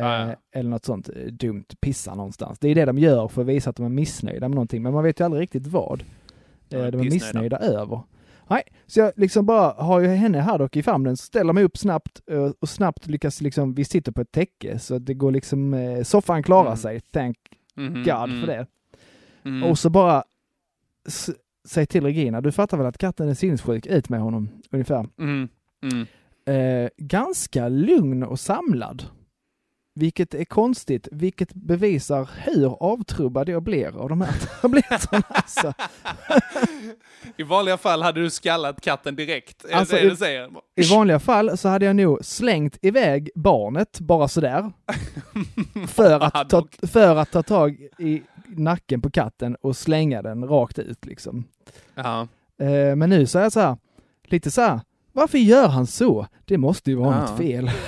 G: Ja, ja.
F: Eller något sånt eh, dumt, pissar någonstans. Det är det de gör för att visa att de är missnöjda med någonting, men man vet ju aldrig riktigt vad.
G: är
F: Eh, de är
G: pissnöjda.
F: missnöjda över. Nej, så jag liksom bara har ju henne här dock i famnen, ställer mig upp snabbt eh, och snabbt lyckas liksom, vi sitter på ett täcke så att det går liksom, eh, soffan klarar
G: Mm.
F: sig, thank
G: Mhm,
F: God
G: mm,
F: för det.
G: mm.
F: Och så bara s- säg till Regina, du fattar väl att katten är sinnessjuk, ut med honom ungefär.
G: Mm, mm.
F: Eh, ganska lugn och samlad. Vilket är konstigt, vilket bevisar hur avtrubbad jag blir av de här *laughs* tabletterna. Alltså,
G: I vanliga fall hade du skallat katten direkt. Är
F: Alltså,
G: det
F: i-
G: det du säger?
F: I vanliga fall så hade jag nog slängt iväg barnet bara sådär. För att, ta, för att ta tag i nacken på katten och slänga den rakt ut liksom.
G: Ja.
F: Eh, Men nu så är jag så här, lite så här, varför gör han så? Det måste ju vara
G: Ja.
F: något fel.
G: *laughs*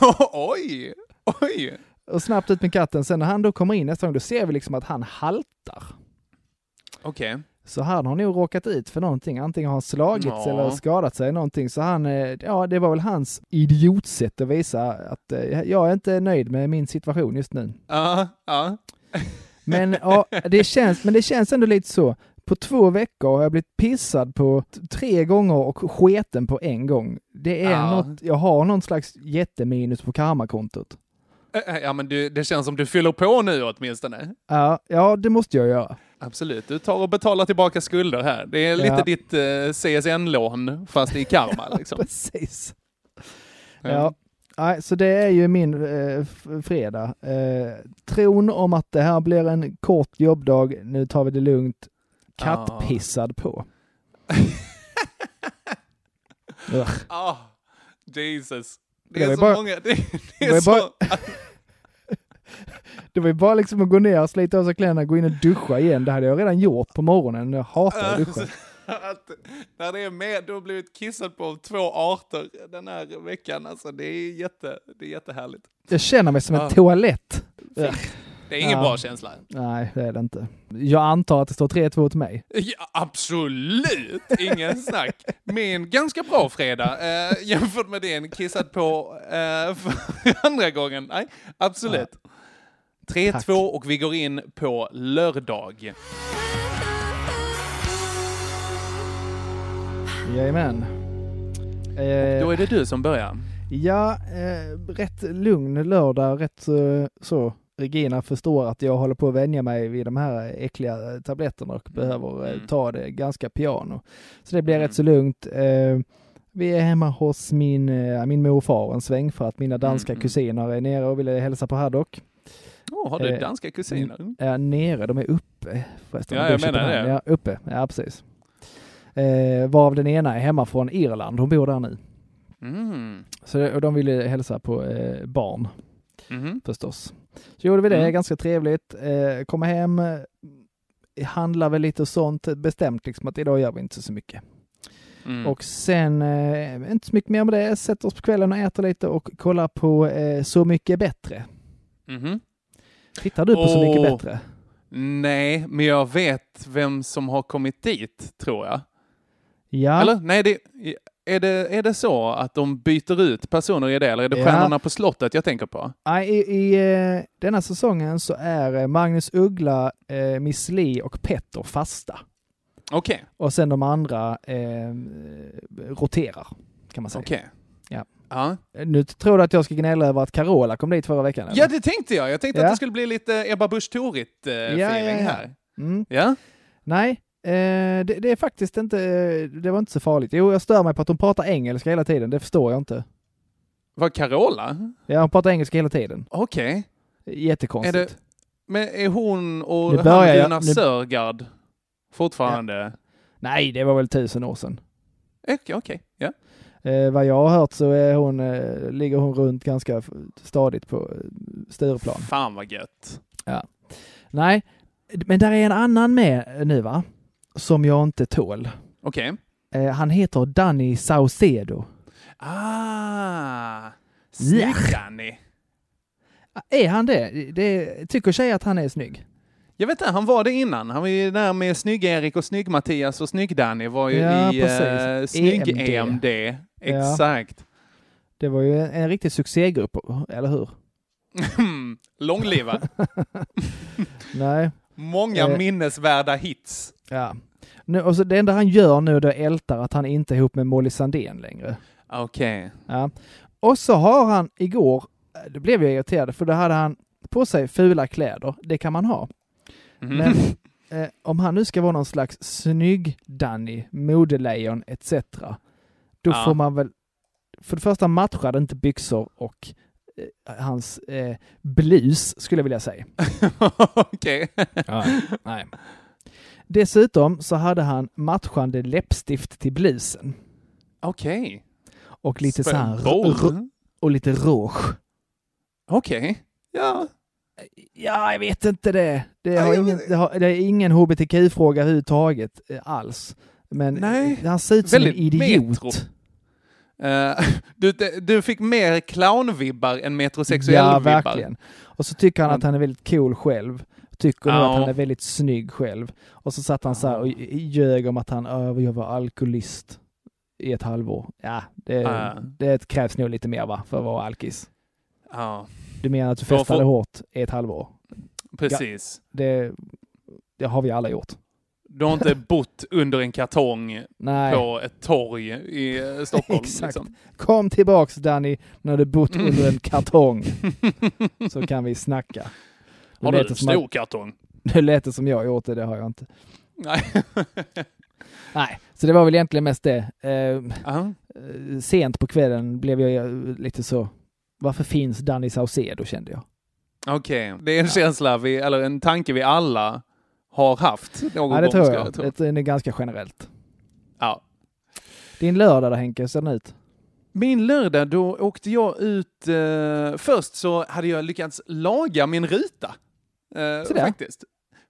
F: *laughs*
G: oj! Oj!
F: Och snabbt ut med katten. Sen när han då kommer in nästa gång, då ser vi liksom att han haltar.
G: Okej.
F: Så han har nog råkat ut för någonting. Antingen har han slagits
G: Ja.
F: eller skadat sig någonting. Så han, eh, ja det var väl hans idiotsätt att visa att eh, jag är inte nöjd med min situation just nu.
G: Ja, ja.
F: Men ja, det känns, men det känns ändå lite så. På två veckor har jag blivit pissad på t- tre gånger och sketen på en gång. Det är
G: Ja.
F: något, jag har någon slags jätteminus på karmakontot.
G: Eh, eh, Ja, men du, det känns som du fyller på nu åtminstone.
F: Ja, ja, det måste jag göra.
G: Absolut. Du tar och betalar tillbaka skulder här. Det är lite
F: Ja.
G: ditt eh, CSN-lån, fast i
F: *laughs*
G: karma. Liksom.
F: Precis. Ja. Nej, så det är ju min eh, f- fredag. Eh, tron om att det här blir en kort jobbdag, nu tar vi det lugnt, kattpissad på. Ugh.
G: Ah, Jesus. Det
F: Det
G: är
F: var
G: så
F: bara-
G: många. *laughs* Det, det
F: var
G: är så...
F: bara- Det var ju bara liksom att gå ner, slita av sig kläderna, gå in och duscha igen. Det hade jag redan gjort på morgonen. Jag hatar att duscha.
G: att när det är med, du har blivit kissad på av två arter den här veckan. Alltså, det, är jätte, det är jättehärligt.
F: Jag känner mig som
G: Ja.
F: en toalett. Ugh.
G: Det är ingen
F: Ja.
G: bra känsla.
F: Nej, det är det inte. Jag antar att det står 3-2 till mig.
G: Ja, absolut! Ingen snack. Min ganska bra fredag eh, jämfört med din kissad på eh, för *laughs* andra gången. Nej, absolut. 3-2 och vi går in på
F: Eh.
G: lördag.
F: Jajamän. Eh,
G: Då är det du som börjar.
F: Ja, eh, rätt lugn lördag, rätt eh, så. Regina förstår att jag håller på att vänja mig vid de här äckliga eh, tabletterna och behöver eh,
G: Mm.
F: ta det ganska piano. Så det blir
G: Mm.
F: rätt så lugnt. Eh, vi är hemma hos min, eh, min mor och far en sväng för att mina danska
G: Mm, mm.
F: kusiner är nere och vill hälsa på Haddock.
G: Åh, har du
F: Eh,
G: danska kusiner?
F: Är nere, de är uppe förresten.
G: Ja,
F: De bor i
G: jag menar
F: Köpenhamn.
G: det.
F: Ja, uppe, ja precis. Eh, varav den ena är hemma från Irland, hon bor där nu.
G: Mm.
F: Så det, och de ville hälsa på eh, barn
G: Mhm.
F: förstås. Så gjorde vi det,
G: Mm.
F: ganska trevligt. Eh, komma hem, eh, handla väl lite och sånt, bestämt liksom att idag gör vi inte så mycket.
G: Mm.
F: Och sen, eh, inte så mycket mer med det, sätter oss på kvällen och äter lite och kollar på eh, Så mycket bättre.
G: Mhm.
F: Tittar du på Så mycket
G: Åh.
F: bättre?
G: Nej, men jag vet vem som har kommit dit, tror jag.
F: Ja,
G: Eller? Nej, det, är, det, är det så att de byter ut personer i det, eller är det
F: Ja.
G: Stjärnorna på slottet jag tänker på?
F: Nej, i, i eh, denna säsongen så är eh, Magnus Uggla, eh, Miss Li och Petter fasta.
G: Okej,
F: Och sen de andra eh, roterar, kan man säga.
G: okej.
F: Ja. Nu tror du att jag ska gnälla över att Carola kom dit förra veckan? eller?
G: Ja, det tänkte jag. Jag tänkte
F: Ja.
G: att det skulle bli lite Ebba Busch Thorigt-feeling
F: Ja, ja, ja.
G: här.
F: Mm.
G: Ja?
F: Nej, eh, det, det är faktiskt inte, eh, det var inte så farligt. Jo, jag stör mig på att hon pratar engelska hela tiden, det förstår jag inte.
G: Var Carola?
F: Ja, hon pratar engelska hela tiden.
G: Okej. Är
F: Jättekonstigt.
G: det... Men är hon
F: Nu
G: och
F: börjar
G: han
F: jag-
G: Gunnar
F: nu-
G: Sörgard fortfarande...
F: Nej, det var väl tusen år sedan.
G: Okej, okej. Ja.
F: Eh, vad jag har hört så är hon, eh, ligger hon runt ganska f- stadigt på eh, Stureplan.
G: Fan vad gött.
F: Ja. Nej, men där är en annan med eh, nu va? Som jag inte tål.
G: Okej.
F: Eh, han heter Danny Saucedo.
G: Ah!
F: Ja.
G: Snygg Danny.
F: Är han det? det tycker tjejer att han är snygg?
G: Jag vet inte, han var det innan. Han var ju där med Snygg-Erik och Snygg-Mattias och Snygg-Danny var ju
F: Ja,
G: i
F: precis. E
G: eh, Snygg-EMD. Exakt. *laughs*
F: Det var ju en, en riktig succégrupp, eller hur?
G: Långlivad.
F: Nej.
G: Många
F: Eh.
G: minnesvärda hits.
F: Ja. Nu, och så det enda han gör nu då är ältar att han inte är ihop med Molly Sandén längre.
G: Okej.
F: Ja. Och så har han igår, det blev jag irriterad för då hade han på sig fula kläder, det kan man ha. Men
G: Mm.
F: eh, om han nu ska vara någon slags snygg-Danny, modelejon etc. Då
G: Ja.
F: får man väl, för det första matchar det inte byxor och eh, hans eh, blus skulle jag vilja säga.
G: *laughs* Okej.
F: Nej. Dessutom så hade han matchande läppstift till blusen
G: Okej.
F: och lite så här
G: Bold.
F: r- och lite rouge.
G: Okej. Ja.
F: Ja, jag vet inte det. Det, har ingen, det, har, det är ingen hbtq-fråga överhuvudtaget eh, alls. Men
G: Nej.
F: eh, han ser ut som en
G: Väldigt
F: idiot.
G: metro. Eh, du, du fick mer clownvibbar än
F: Ja,
G: metrosexuell-vibbar.
F: verkligen. Och så tycker han att han är väldigt cool själv. Tycker nog
G: Ja.
F: att han är väldigt snygg själv. Och så satt han så här och j- ljög om att han "Ja, jag var alkoholist i ett halvår. Ja, det,
G: Ja.
F: det krävs nog lite mer va, för att vara alkis.
G: Ja,
F: Du menar att du
G: Då får-
F: festade hårt i ett halvår?
G: precis.
F: Det, det har vi alla gjort.
G: Du har inte bott under en kartong
F: Nej.
G: på ett torg i eh, Stockholm.
F: *laughs* Exakt.
G: Liksom.
F: Kom tillbaks Danny när du bott
G: Mm.
F: under en kartong. Så kan vi snacka. Mm.
G: *laughs*
F: Det
G: Har du
F: lät
G: en
F: som att-
G: stor kartong?
F: *laughs* Det lät det som jag gjort det, det har jag inte. *laughs*
G: Nej.
F: Nej, så det var väl egentligen mest det. Eh,
G: Ja.
F: eh, sent på kvällen blev jag eh, lite så, varför finns Danny Saucedo kände jag.
G: Okej, det är en känsla, vi, eller en tanke vi alla har haft någon
F: Ja, det
G: gång.
F: tror
G: ska
F: jag.
G: tro.
F: Det är ganska generellt.
G: Ja.
F: Din lördag då Henke, hur ser den ut?
G: Min lördag, då åkte jag ut... Eh, först så hade jag lyckats laga min ruta. Eh,
F: Sådär.
G: faktiskt.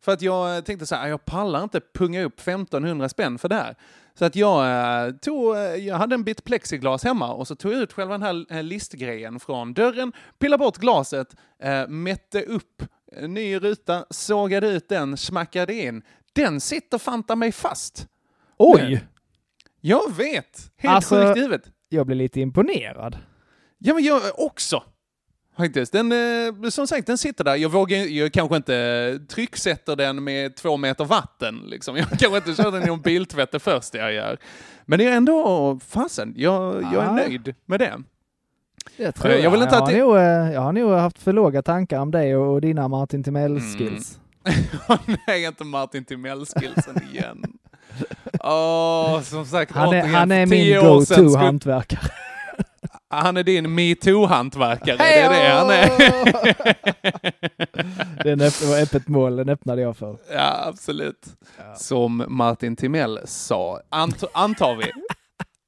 G: För att jag tänkte så här, jag pallar inte punga upp 1500 spänn för det här. Så att jag eh, tog, eh, jag hade en bit plexiglas hemma och så tog jag ut själva den här eh, listgrejen från dörren, pillade bort glaset, eh, mätte upp en ny ruta, sågade ut den, smackade in. Den sitter fanta mig fast.
F: Oj!
G: Jag vet! Helt
F: Alltså-
G: sjukt i huvudet.
F: Jag blev lite imponerad.
G: Ja, men jag också. Faktiskt. Den, eh, som sagt, den sitter där. Jag, vågar, jag kanske inte trycksätter den med två meter vatten. Liksom. Jag kanske inte kör den i en biltvätt det första jag gör. Men det är ändå, fasen, jag, jag är
F: Ah.
G: nöjd med det.
F: Jag,
G: tror Eh, jag. Jag vill inte
F: jag,
G: att
F: har
G: det-
F: nog, eh, jag har nog haft för låga tankar om dig och och dina Martin
G: Mm.
F: Timell-skills.
G: Åh, *laughs* Nej, inte Martin Timell-skillsen igen. Åh, som sagt,
F: Han är,
G: återigen,
F: han är
G: för
F: min
G: tio år sedan skulle-
F: go-to-hantverkare.
G: Han är din metoo-hantverkare. Det är det han är.
F: *laughs* Den öpp- var öppet mål, den öppnade jag för.
G: Ja, absolut. Som Martin Timell sa, ant antar vi.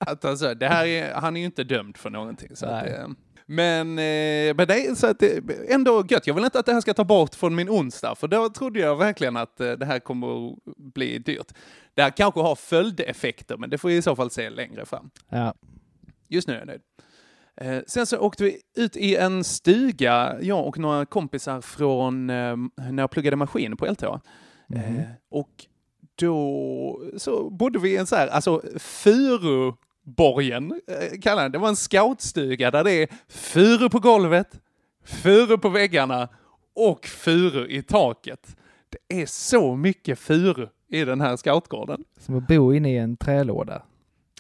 G: att han sa, det här är, han är ju inte dömd för någonting. Så att,
F: Nej.
G: eh, men, eh, men det är så att det, ändå gött. Jag vill inte att det här ska ta bort från min onsdag, för då trodde jag verkligen att eh, det här kommer att bli dyrt. Det här kanske har följdeffekter, men det får vi i så fall se längre fram.
F: Ja.
G: Just nu är jag nöjd. Eh, sen så åkte vi ut i en stuga, jag och några kompisar från eh, när jag pluggade maskin på LTH. Eh, och då så bodde vi i en så här, alltså furuborgen, eh, kallar den. Det var en scoutstuga där det är furu på golvet, furu på väggarna och furu i taket. Det är så mycket furu i den här scoutgården.
F: Som att bo inne i en trälåda.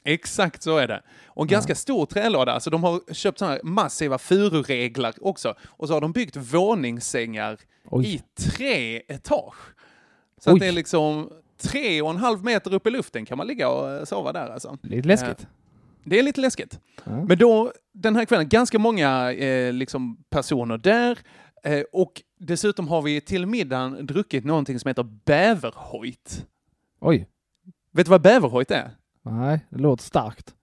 G: Exakt så är det. Och en ganska stor trälåda. Alltså de har köpt sådana här massiva furureglar också. Och så har de byggt våningssängar i tre etage. Så
F: Oj.
G: att det är liksom tre och en halv meter upp i luften kan man ligga och eh, sova där alltså.
F: Lite läskigt.
G: Eh, Det är lite läskigt. Men då, den här kvällen, ganska många eh, liksom personer där. Eh, och dessutom har vi till middagen druckit någonting som heter bäverhojt.
F: Oj.
G: Vet du vad bäverhojt är?
F: Nej, det låter starkt.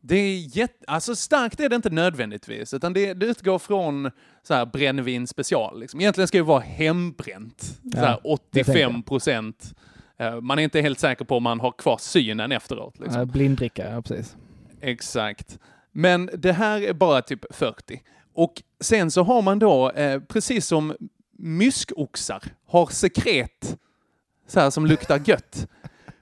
G: Det är jätte, alltså starkt är det inte nödvändigtvis, utan det, det utgår från så här brännvin special. Liksom. Egentligen ska det vara hembränt,
F: Ja,
G: så här
F: det tänkte
G: 85
F: jag.
G: procent. Eh, Man är inte helt säker på om man har kvar synen efteråt. Liksom.
F: Liksom. Blinddricka, ja precis.
G: Exakt. Men det här är bara typ 40. Och sen så har man då, eh, precis som myskoxar har sekret så här som luktar gött,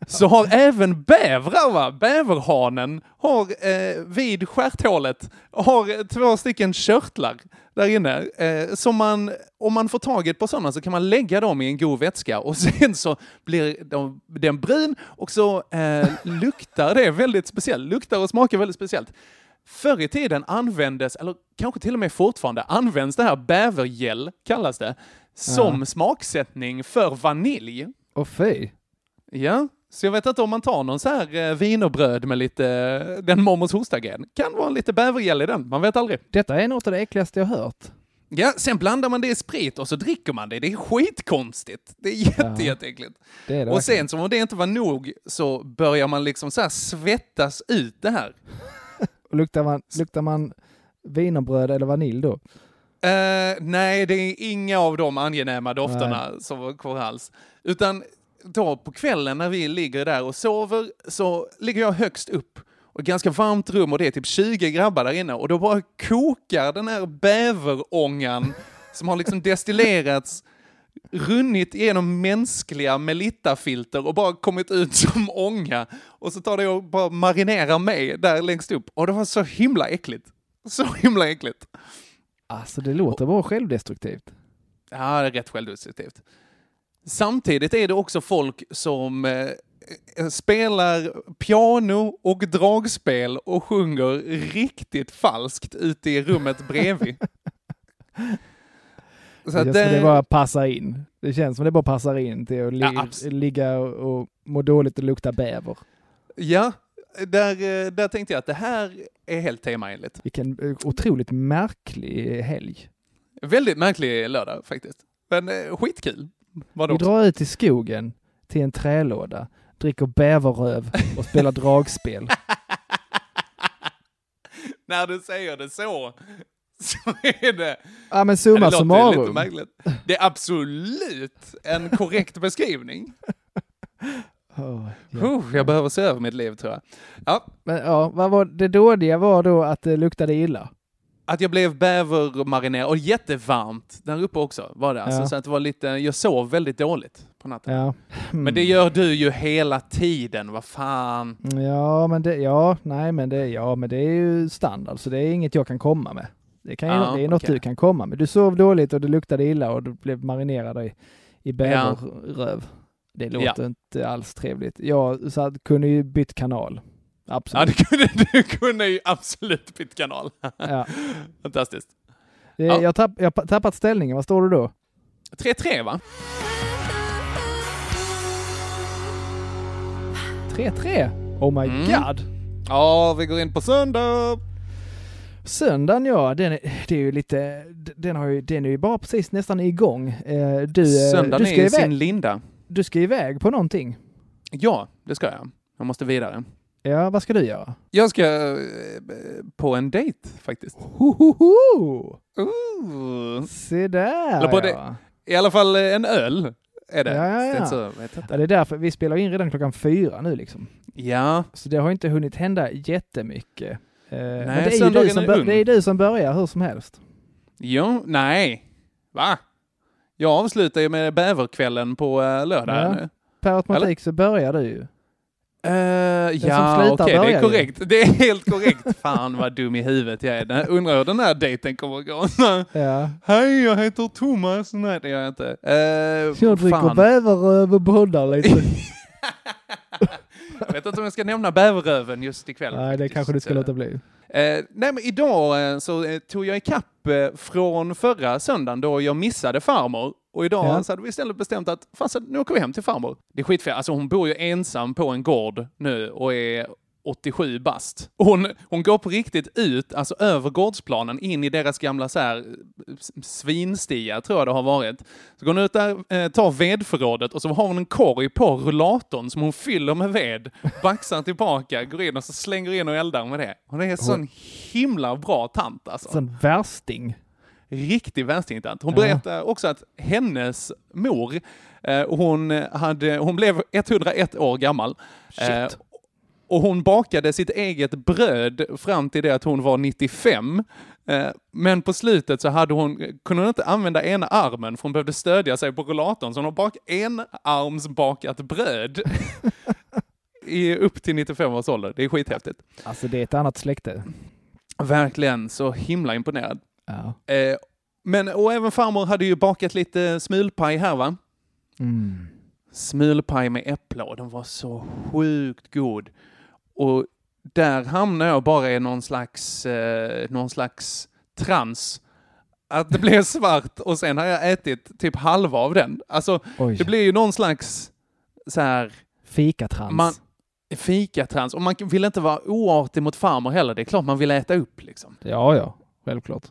G: så har även bävrar, va? bäverhanen, har eh, vid stjärthålet har två stycken körtlar där inne. Eh, som man, om man får taget på sådana så kan man lägga dem i en god vätska och *laughs* sen så blir de, den brun och så eh, luktar det väldigt speciellt, luktar och smakar väldigt speciellt. Förr i tiden användes, eller kanske till och med fortfarande, används det här bävergäll, kallas det, som smaksättning för vanilj.
F: Åh fy.
G: Ja, så jag vet inte om man tar någon så här eh, wienerbröd med lite, eh, den mormors hostagen. Kan vara lite bävergäll i den, man vet aldrig.
F: Detta är något av det äckligaste jag hört.
G: Ja, sen blandar man det i sprit och så dricker man det. Det är skitkonstigt. Det är jätte, jätteäckligt.
F: Det är det
G: Och sen som om det inte var nog så börjar man liksom så här svettas ut det här.
F: Och luktar man, luktar man wienerbröd eller vanilj då?
G: Eh, nej, det är inga av de angenäma dofterna som var kvar alls. Utan då på kvällen när vi ligger där och sover så ligger jag högst upp och ett ganska varmt rum och det är typ 20 grabbar där inne och då bara kokar den här bäverångan som har liksom destillerats runnit igenom mänskliga melittafilter och bara kommit ut som ånga. Och så tar det och bara marinerar mig där längst upp. Och det var så himla äckligt. Så himla äckligt.
F: Alltså det låter bara självdestruktivt.
G: Ja, det är rätt självdestruktivt. Samtidigt är det också folk som eh, eh, spelar piano och dragspel och sjunger riktigt falskt ute i rummet bredvid. Så
F: Det
G: att
F: känns som
G: det-
F: det bara passar in. Det känns som det bara passar in till att li-
G: Ja, abs-
F: ligga och, och må dåligt och lukta bäver.
G: Ja, där, eh, där tänkte jag att det här är helt temaenligt.
F: Vilken eh, otroligt märklig helg.
G: Väldigt märklig lördag faktiskt. Men eh, skitkul. Var det
F: Vi
G: också.
F: drar ut i skogen till en trälåda, dricker bäverröv
G: *laughs*
F: och spelar dragspel.
G: *laughs* När du säger det så, *laughs* så är det...
F: Ja men
G: Ja,
F: summa
G: det låter lite
F: summarum.
G: märkligt. Det är absolut en korrekt beskrivning.
F: Åh, ja.
G: Puh, jag behöver se över mitt liv tror jag. Ja,
F: Men ja, vad var, det dåliga var då att det luktade illa.
G: att jag blev bävermarinerad och jättevarmt där uppe också var det. Alltså,
F: Ja.
G: så att det var lite, jag sov väldigt dåligt på natten.
F: Ja.
G: Men det gör du ju hela tiden, vad fan.
F: Ja, men det, ja, nej, men det, ja, men det är ju standard, så det är inget jag kan komma med. Det, kan ju,
G: Ja,
F: det är något
G: Ah, okej.
F: du kan komma med. Du sov dåligt och det luktade illa och du blev marinerad i, i bäverröv. Det låter inte alls trevligt. Jag så att, kunde ju bytt kanal.
G: Ja,
F: Absolut.
G: du kunde, *laughs* du kunde ju absolut bytt kanal.
F: Ja.
G: Fantastiskt.
F: Det,
G: Ja.
F: Jag, tapp, jag har tappat ställningen, vad står det då?
G: 3-3 va?
F: 3-3! Oh my
G: Mm.
F: god!
G: Ja, vi går in på söndag.
F: Söndagen ja, den, är- det är ju lite, den, har ju, den är ju bara precis nästan igång. Eh, Du, eh,
G: Söndagen
F: du,
G: är
F: ska
G: i
F: iväg,
G: sin linda.
F: du ska iväg på någonting.
G: Ja, det ska jag. Jag måste vidare.
F: Ja, vad ska du göra?
G: Jag ska eh, på en dejt faktiskt.
F: Hohoho!
G: Ooh.
F: Se där
G: Eller både-
F: ja.
G: I alla fall eh, en öl är det.
F: Ja, ja, ja.
G: Det är så, jag vet inte.
F: ja! Det är därför vi spelar in redan klockan fyra nu liksom.
G: ja.
F: Så det har inte hunnit hända jättemycket. Eh, men det är, ju du
G: söndagen
F: som
G: är
F: bör-
G: ung.
F: det är du som börjar hur som helst.
G: Jo, nej. Va? Jag avslutar ju med bäverkvällen på eh, lördag.
F: Ja.
G: här nu.
F: Per automatik så börjar du ju.
G: Eh,
F: som
G: ja,
F: slutar
G: okej, det
F: börjar
G: är
F: ju.
G: korrekt. Det är helt korrekt. *laughs* Fan vad dum i huvudet jag är. Den- Undrar hur den här dejten kommer att gå. *laughs*
F: Ja.
G: Hej, jag heter Thomas. Nej, det gör jag inte. Eh,
F: Jag dricker
G: fan.
F: bäverröv och poddar lite.
G: *laughs* Jag vet inte om jag ska nämna bäverröven just ikväll.
F: Nej, det kanske du ska låta bli.
G: Eh, nej, men idag eh, så eh, tog jag ikapp eh, från förra söndagen då jag missade farmor. Och idag
F: Ja.
G: så hade vi istället bestämt att fan, så, nu åker vi hem till farmor. Det är skitfel. Alltså hon bor ju ensam på en gård nu och är 87 bast. Hon, hon går på riktigt ut, alltså över gårdsplanen, in i deras gamla så här, eh, s- svinstia, tror jag det har varit. Så går hon ut där, eh, tar vedförrådet och så har hon en korg på rullatorn som hon fyller med ved, *laughs* baxar tillbaka, går in och så slänger in och eldar med det. Hon är en sån himla bra tant alltså.
F: Sån värsting.
G: Riktig värstingtant. Hon
F: Ja.
G: berättar också att hennes mor, eh, hon, hade, hon blev 101 år gammal. Eh, och hon bakade sitt eget bröd fram till det att hon var 95. Eh, Men på slutet så hade hon, kunde hon inte använda ena armen för hon behövde stödja sig på rullatorn. Så hon har bak, en arms bakat bröd i, upp till 95 års ålder. Det är skithäftigt.
F: Alltså det är ett annat släkte.
G: Verkligen så himla imponerad.
F: Ja.
G: Eh, men, och även farmor hade ju bakat lite smulpaj här va?
F: Mm.
G: Smulpaj med äpple och den var så sjukt god. Och där hamnar jag bara i någon slags, eh, någon slags trans. Att det blev svart och sen har jag ätit typ halva av den. Alltså,
F: Oj.
G: det blir ju någon slags så här
F: Fikatrans.
G: man, fikatrans. Och man vill inte vara oartig mot farmor heller. Det är klart man vill äta upp liksom.
F: Ja, ja. Självklart.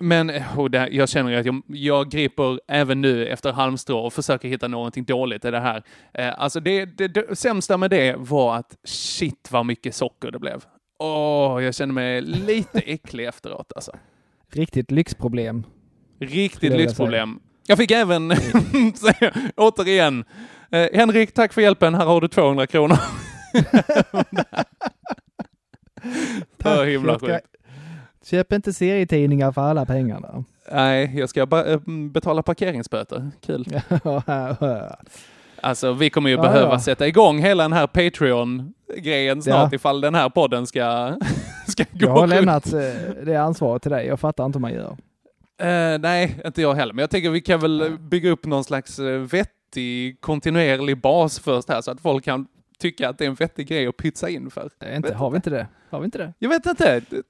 G: Men eh, och det, jag känner ju att jag, jag griper även nu efter halmstrå och försöker hitta någonting dåligt i det här. Eh, alltså det, det, det sämsta med det var att shit vad mycket socker det blev. Åh, jag känner mig
F: *laughs*
G: lite äcklig efteråt alltså.
F: Riktigt lyxproblem.
G: Riktigt
F: Skulle jag vilja Mm.
G: lyxproblem. Jag fick även, säga, *laughs* återigen, eh, Henrik tack för hjälpen, här har du 200
F: *laughs*
G: kronor. För himla
F: Jag ska-
G: sjukt.
F: Köp inte serietidningar för alla
G: *laughs*
F: pengarna.
G: Nej, jag ska bara eh, betala parkeringsböter. Kul. Alltså, vi kommer ju
F: Ja,
G: behöva
F: ja.
G: sätta igång hela den här Patreon-grejen snart
F: Ja.
G: ifall den här podden ska, *laughs* ska gå
F: jag har
G: runt.
F: lämnat eh, det ansvaret till dig. Jag fattar inte hur man gör.
G: Eh, nej, inte jag heller. Men jag tänker vi kan väl bygga upp någon slags eh, vettig, kontinuerlig bas först här så att folk kan tycka att det är en vettig grej att pytsa in för.
F: Det är inte, har vi inte det? Har vi inte det?
G: Jag vet inte. Det,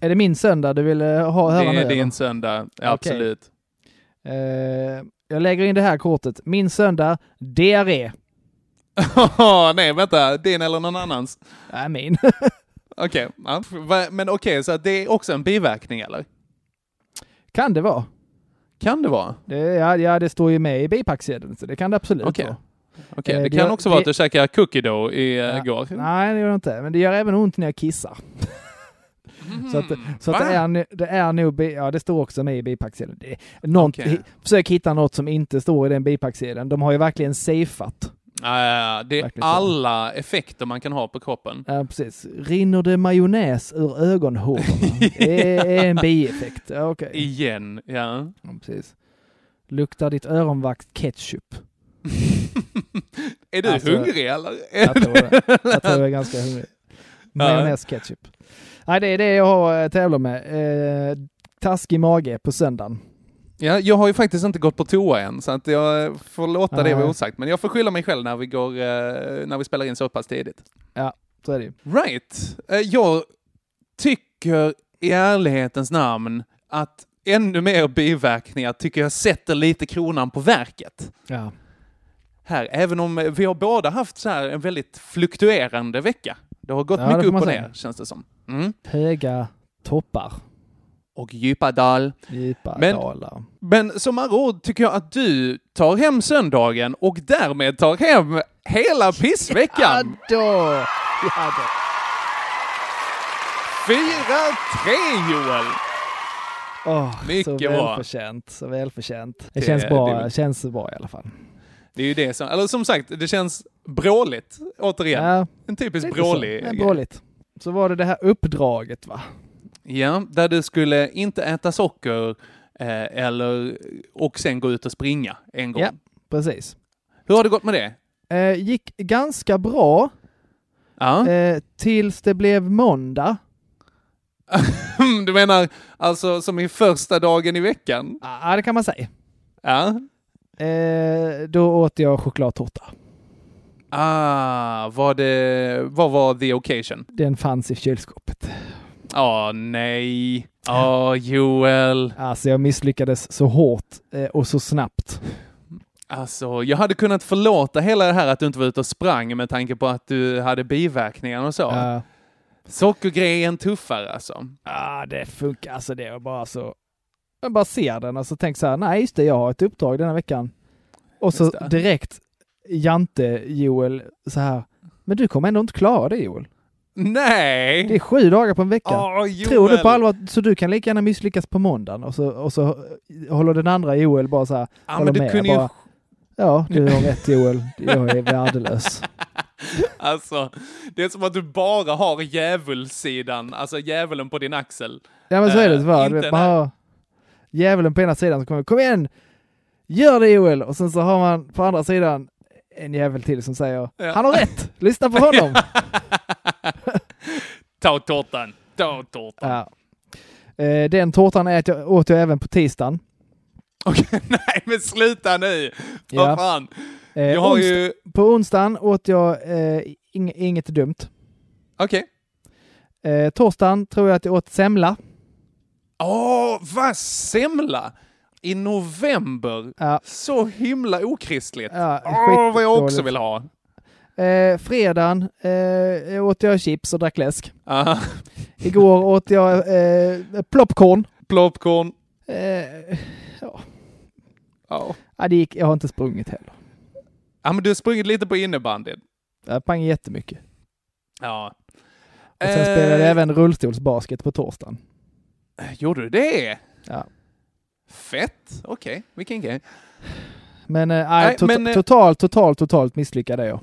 F: Är det min söndag du vill eh, ha, höra
G: det
F: nu?
G: är
F: eller?
G: din söndag, ja,
F: Okej.
G: absolut. *laughs*
F: Eh, jag lägger in det här kortet. Min söndag, diarré.
G: nej, vänta. Din eller någon annans?
F: Nej, min. *laughs*
G: Okej, ja. Va- men okej, så att det är också en biverkning eller?
F: kan det vara.
G: Kan det vara?
F: Det, ja, ja, det står ju med i bipacksedeln, så det kan det absolut
G: Okej.
F: vara.
G: Okej,
F: Eh,
G: det
F: det
G: kan
F: gör-
G: också vara
F: det-
G: att du käkar cookie dough i, eh,
F: Ja.
G: igår.
F: Nej, det gör det inte. Men det gör även ont när jag kissar. så att, så att
G: Va?
F: det, är, nu- det är nog, bi- ja det står också med i bipacksedeln. Det, någon,
G: Okej.
F: hi- Försök hitta något som inte står i den bipacksedeln. De har ju verkligen safeat.
G: Nej, det är
F: Verkligen så.
G: alla effekter man kan ha på kroppen.
F: Ja, precis. Rinner det majonnäs ur ögonhålorna? Det är en bieffekt. Ja, Okej.
G: Igen, ja.
F: Ja, precis. Luktar ditt öronvax ketchup?
G: Är du
F: Alltså,
G: hungrig eller?
F: Jag tror det. Jag tror jag är ganska hungrig. Majonnäs ketchup. Nej, det är det jag har eh, tävlar med. Eh, taskig mage på söndagen.
G: Ja, jag har ju faktiskt inte gått på toa än, så att jag får låta det vara
F: Nej.
G: osagt. Men jag får skylla mig själv när vi, går, eh, när vi spelar in så pass tidigt.
F: Så är det ju.
G: Right. Eh, Jag tycker i ärlighetens namn att ännu mer biverkningar tycker jag sätter lite kronan på verket.
F: Ja.
G: här, även om vi har båda haft så här en väldigt fluktuerande vecka. Det har gått
F: Ja, det
G: mycket
F: får
G: upp
F: man
G: och
F: säga.
G: ner, känns det som. Mm.
F: Höga toppar,
G: Och djupa dal.
F: djupa
G: Men-
F: dalar.
G: Men som andra ord tycker jag att du tar hem söndagen och därmed tar hem hela pissveckan.
F: då! Ja, då.
G: Fyra, tre Joel!
F: Åh, så
G: Mycket bra.
F: välförtjänt. Så välförtjänt. Det,
G: Det-
F: känns bra.
G: det-
F: Det känns bra i alla fall.
G: Det är ju det som, eller som sagt, det känns bråligt. Återigen,
F: Ja,
G: en typisk
F: lite
G: brålig
F: så. Ja,
G: grej.
F: bråligt. Så var det det här uppdraget va?
G: Ja, där du skulle inte äta socker eh, eller, och sen gå ut och springa en gång.
F: Ja. Precis.
G: Hur har det gått med det?
F: Eh, gick ganska bra
G: Ja.
F: eh, tills det blev måndag.
G: *laughs* du menar alltså som i första dagen i veckan?
F: Ja, det kan man säga.
G: Ja.
F: Eh, då åt jag chokladtårta.
G: Ah, var det, vad var the occasion?
F: Den fanns i kylskåpet.
G: Åh nej. Åh Joel.
F: Alltså jag misslyckades så hårt eh, och så snabbt.
G: Alltså, jag hade kunnat förlåta hela det här att du inte var ute och sprang med tanke på att du hade biverkningar och så.
F: Ja.
G: Sockergrejen tuffare alltså.
F: Ah, det funkar. Alltså det var bara så... Jag bara ser den och så tänker så här, nej just det, jag har ett uppdrag den här veckan. Och så
G: Just det.
F: direkt Jante-Joel så här, men du kommer ändå inte klara det Joel.
G: Nej!
F: Det är sju dagar på en vecka.
G: Åh, Joel.
F: Tror du på allvar, att- så du kan lika gärna misslyckas på måndagen och så, och så håller den andra Joel bara så här,
G: Ja,
F: håller
G: Ah, men du
F: med.
G: kunde ju...
F: bara, Ja, du har rätt Joel, jag är värdelös.
G: Alltså, det är som att du bara har djävulsidan, alltså djävulen på din axel.
F: Ja men så är det
G: Eh,
F: tyvärr. Du
G: inte
F: vet, man har djävulen på ena sidan som kommer kom igen, gör det Joel! Och sen så har man på andra sidan en jävel till som säger
G: Ja.
F: han har rätt, lyssna på
G: *laughs*
F: honom!
G: Ta tårtan, ta tårtan. *laughs*
F: ja. Eh, Den tårtan ät jag, åt jag även på tisdagen.
G: Okej, nej men sluta nu! Vad
F: Ja.
G: fan.
F: Eh,
G: Jag har
F: ons-
G: ju...
F: På onsdagen åt jag eh, ing- inget dumt.
G: Okej.
F: Eh, torsdagen tror jag att jag åt semla.
G: Åh, vad semla! I november.
F: Ja.
G: Så himla okristligt.
F: Ja,
G: Åh, vad jag också
F: skitdåligt.
G: vill ha.
F: Eh, fredagen eh, åt jag chips och drack läsk.
G: Aha.
F: Igår åt jag eh, popcorn.
G: Plopcorn.
F: Eh, ja.
G: Ja.
F: Ja, det gick, jag har inte sprungit heller.
G: ja, men du har sprungit lite på innebandyn.
F: Jag sprang jättemycket.
G: Ja. Eh,
F: Och sen spelade jag även rullstolsbasket på torsdagen.
G: Gjorde du det?
F: Ja.
G: Fett! Okej, vilken grej.
F: Men, eh,
G: Nej,
F: nej, tot-
G: men, eh,
F: totalt, totalt, totalt misslyckade jag.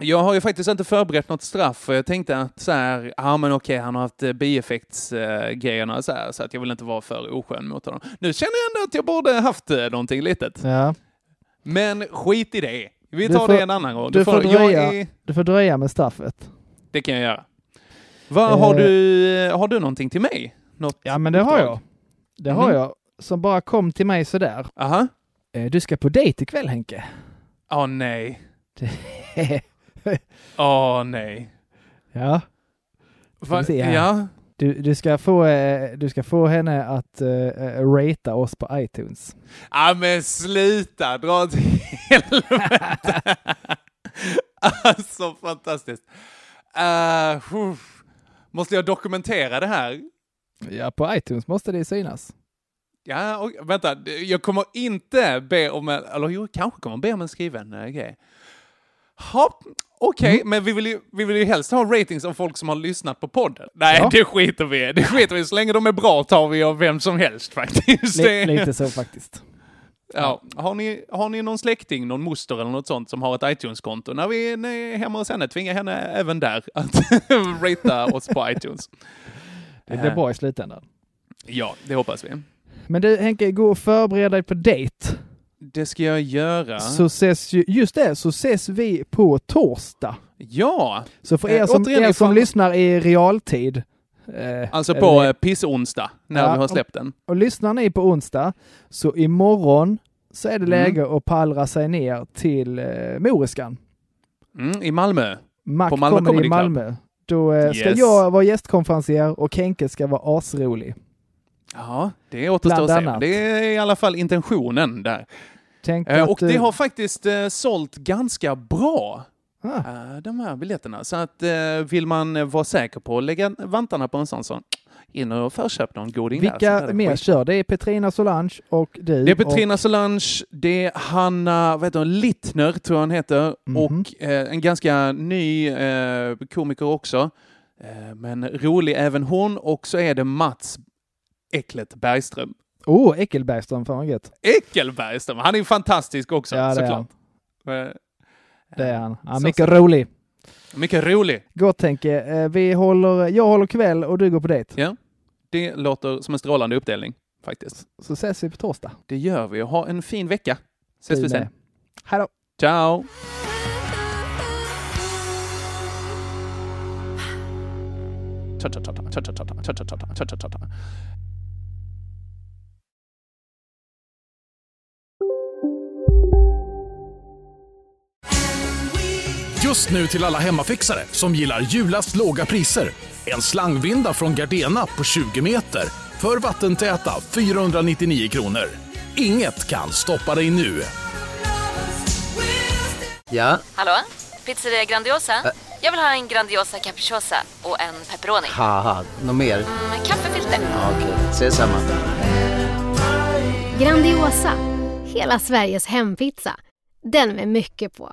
G: Jag har ju faktiskt inte förberett något straff för jag tänkte att så här, ja men okej han har haft eh, bieffektsgrejerna så här så att jag vill inte vara för oskön mot honom. Nu känner jag ändå att jag borde haft eh, någonting litet.
F: Ja.
G: Men skit i det. Vi
F: Du
G: tar
F: får-
G: det en annan gång.
F: du får
G: jag
F: dröja.
G: är-
F: Du får dröja med straffet.
G: Det kan jag göra. Vad har,
F: Eh.
G: du, har du någonting till mig? Något
F: Ja, men det har
G: uppdrag?
F: jag. Det har
G: Mhm.
F: jag. Som bara kom till mig sådär.
G: Aha.
F: Eh, du ska på dejt ikväll Henke. *laughs*
G: Åh nej. Åh nej.
F: ja.
G: Va?
F: vi se här.
G: Ja.
F: Du, du, ska få, eh, du ska få henne att eh, eh, ratea oss på iTunes.
G: Ja men sluta, dra åt *laughs* helvete. alltså fantastiskt. Eh, uff. måste jag dokumentera det här?
F: Ja, på iTunes måste det synas.
G: Ja, och, vänta, jag kommer inte be om en, eller jo, kanske kommer be om en skriven eh, grej. Ja, okej, men vi vill, ju, vi vill ju helst ha ratings av folk som har lyssnat på podden. Nej,
F: Ja.
G: det skiter vi i. Det skiter vi i. Så länge de är bra tar vi av vem som helst faktiskt.
F: Li-
G: Det-
F: lite så faktiskt.
G: Ja. Har, ni, har ni någon släkting, någon moster eller något sånt som har ett iTunes-konto? När vi är hemma hos henne, tvinga henne även där att *laughs* ratea oss på iTunes.
F: Det blir
G: Eh,
F: bra i slutändan.
G: Ja, det hoppas vi.
F: Men du Henke, gå och förbered dig på dejt.
G: Det ska jag göra.
F: Så ses ju, just det, så ses vi på torsdag.
G: Ja,
F: Så för
G: Eh,
F: er som,
G: återigen,
F: er som
G: ifall-
F: lyssnar i realtid. eh,
G: alltså
F: eller-
G: på eh, pissonsdag, när
F: Ja,
G: vi har
F: om-
G: släppt den.
F: Och lyssnar ni på onsdag, så imorgon så är det
G: Mm.
F: läge att pallra sig ner till eh, Moriskan.
G: Mm, I Malmö.
F: Mac
G: På Malmö Comedy
F: i
G: Club.
F: Malmö. Då eh, ska
G: Yes.
F: jag vara gästkonferencier och Henke ska vara asrolig.
G: Ja, det återstår att
F: Bland
G: se.
F: annat.
G: Det är i alla fall intentionen där.
F: Tänk
G: Eh,
F: att
G: Och
F: du-
G: det har faktiskt eh, sålt ganska bra.
F: Ah,
G: Eh, de här biljetterna. Så att eh, vill man eh, vara säker på att lägga vantarna på en sån så in och förköp någon goding där. Sånt
F: vilka
G: där är
F: mer
G: skit.
F: kör? Det är Petrina Solange och du.
G: Det är Petrina Solange, det är Hanna vad heter hon, Littner, tror jag hon heter,
F: Mhm.
G: och eh, en ganska ny eh, komiker också. Eh, men rolig även hon, och så är det Mats Äcklet Bergström.
F: Och, oh, Eckelbergström, fan vad gött.
G: Äckel Bergström, han är ju fantastisk också
F: Ja, det är
G: såklart. Eh,
F: Det är han. Ja,
G: Så-
F: mycket rolig.
G: mycket rolig.
F: Gott Henke. Eh, Vi håller, jag håller kväll och du går på dejt.
G: Det låter som en strålande uppdelning faktiskt.
F: Så ses vi på torsdag.
G: Det gör vi. Ha en fin vecka. Ses
F: Du
G: vi sen.
F: med. Hej då.
G: Ciao! Cha-cha-cha-cha, cha-cha-cha-cha, cha-cha-cha-cha, cha-cha-cha-cha.
H: We
J: Just nu till alla hemmafixare som gillar julast låga priser. En slangvinda från Gardena på 20 meter för vattentäta 499 kronor. Inget kan stoppa dig nu.
L: Ja,
H: Hallå? Pizzeria Grandiosa? Jag vill ha en Grandiosa capriciosa och en pepperoni.
L: haha, något mer?
H: Med kaffefilter.
L: Ja, Okej, ses samma.
M: Grandiosa, hela Sveriges hempizza. Den med mycket på.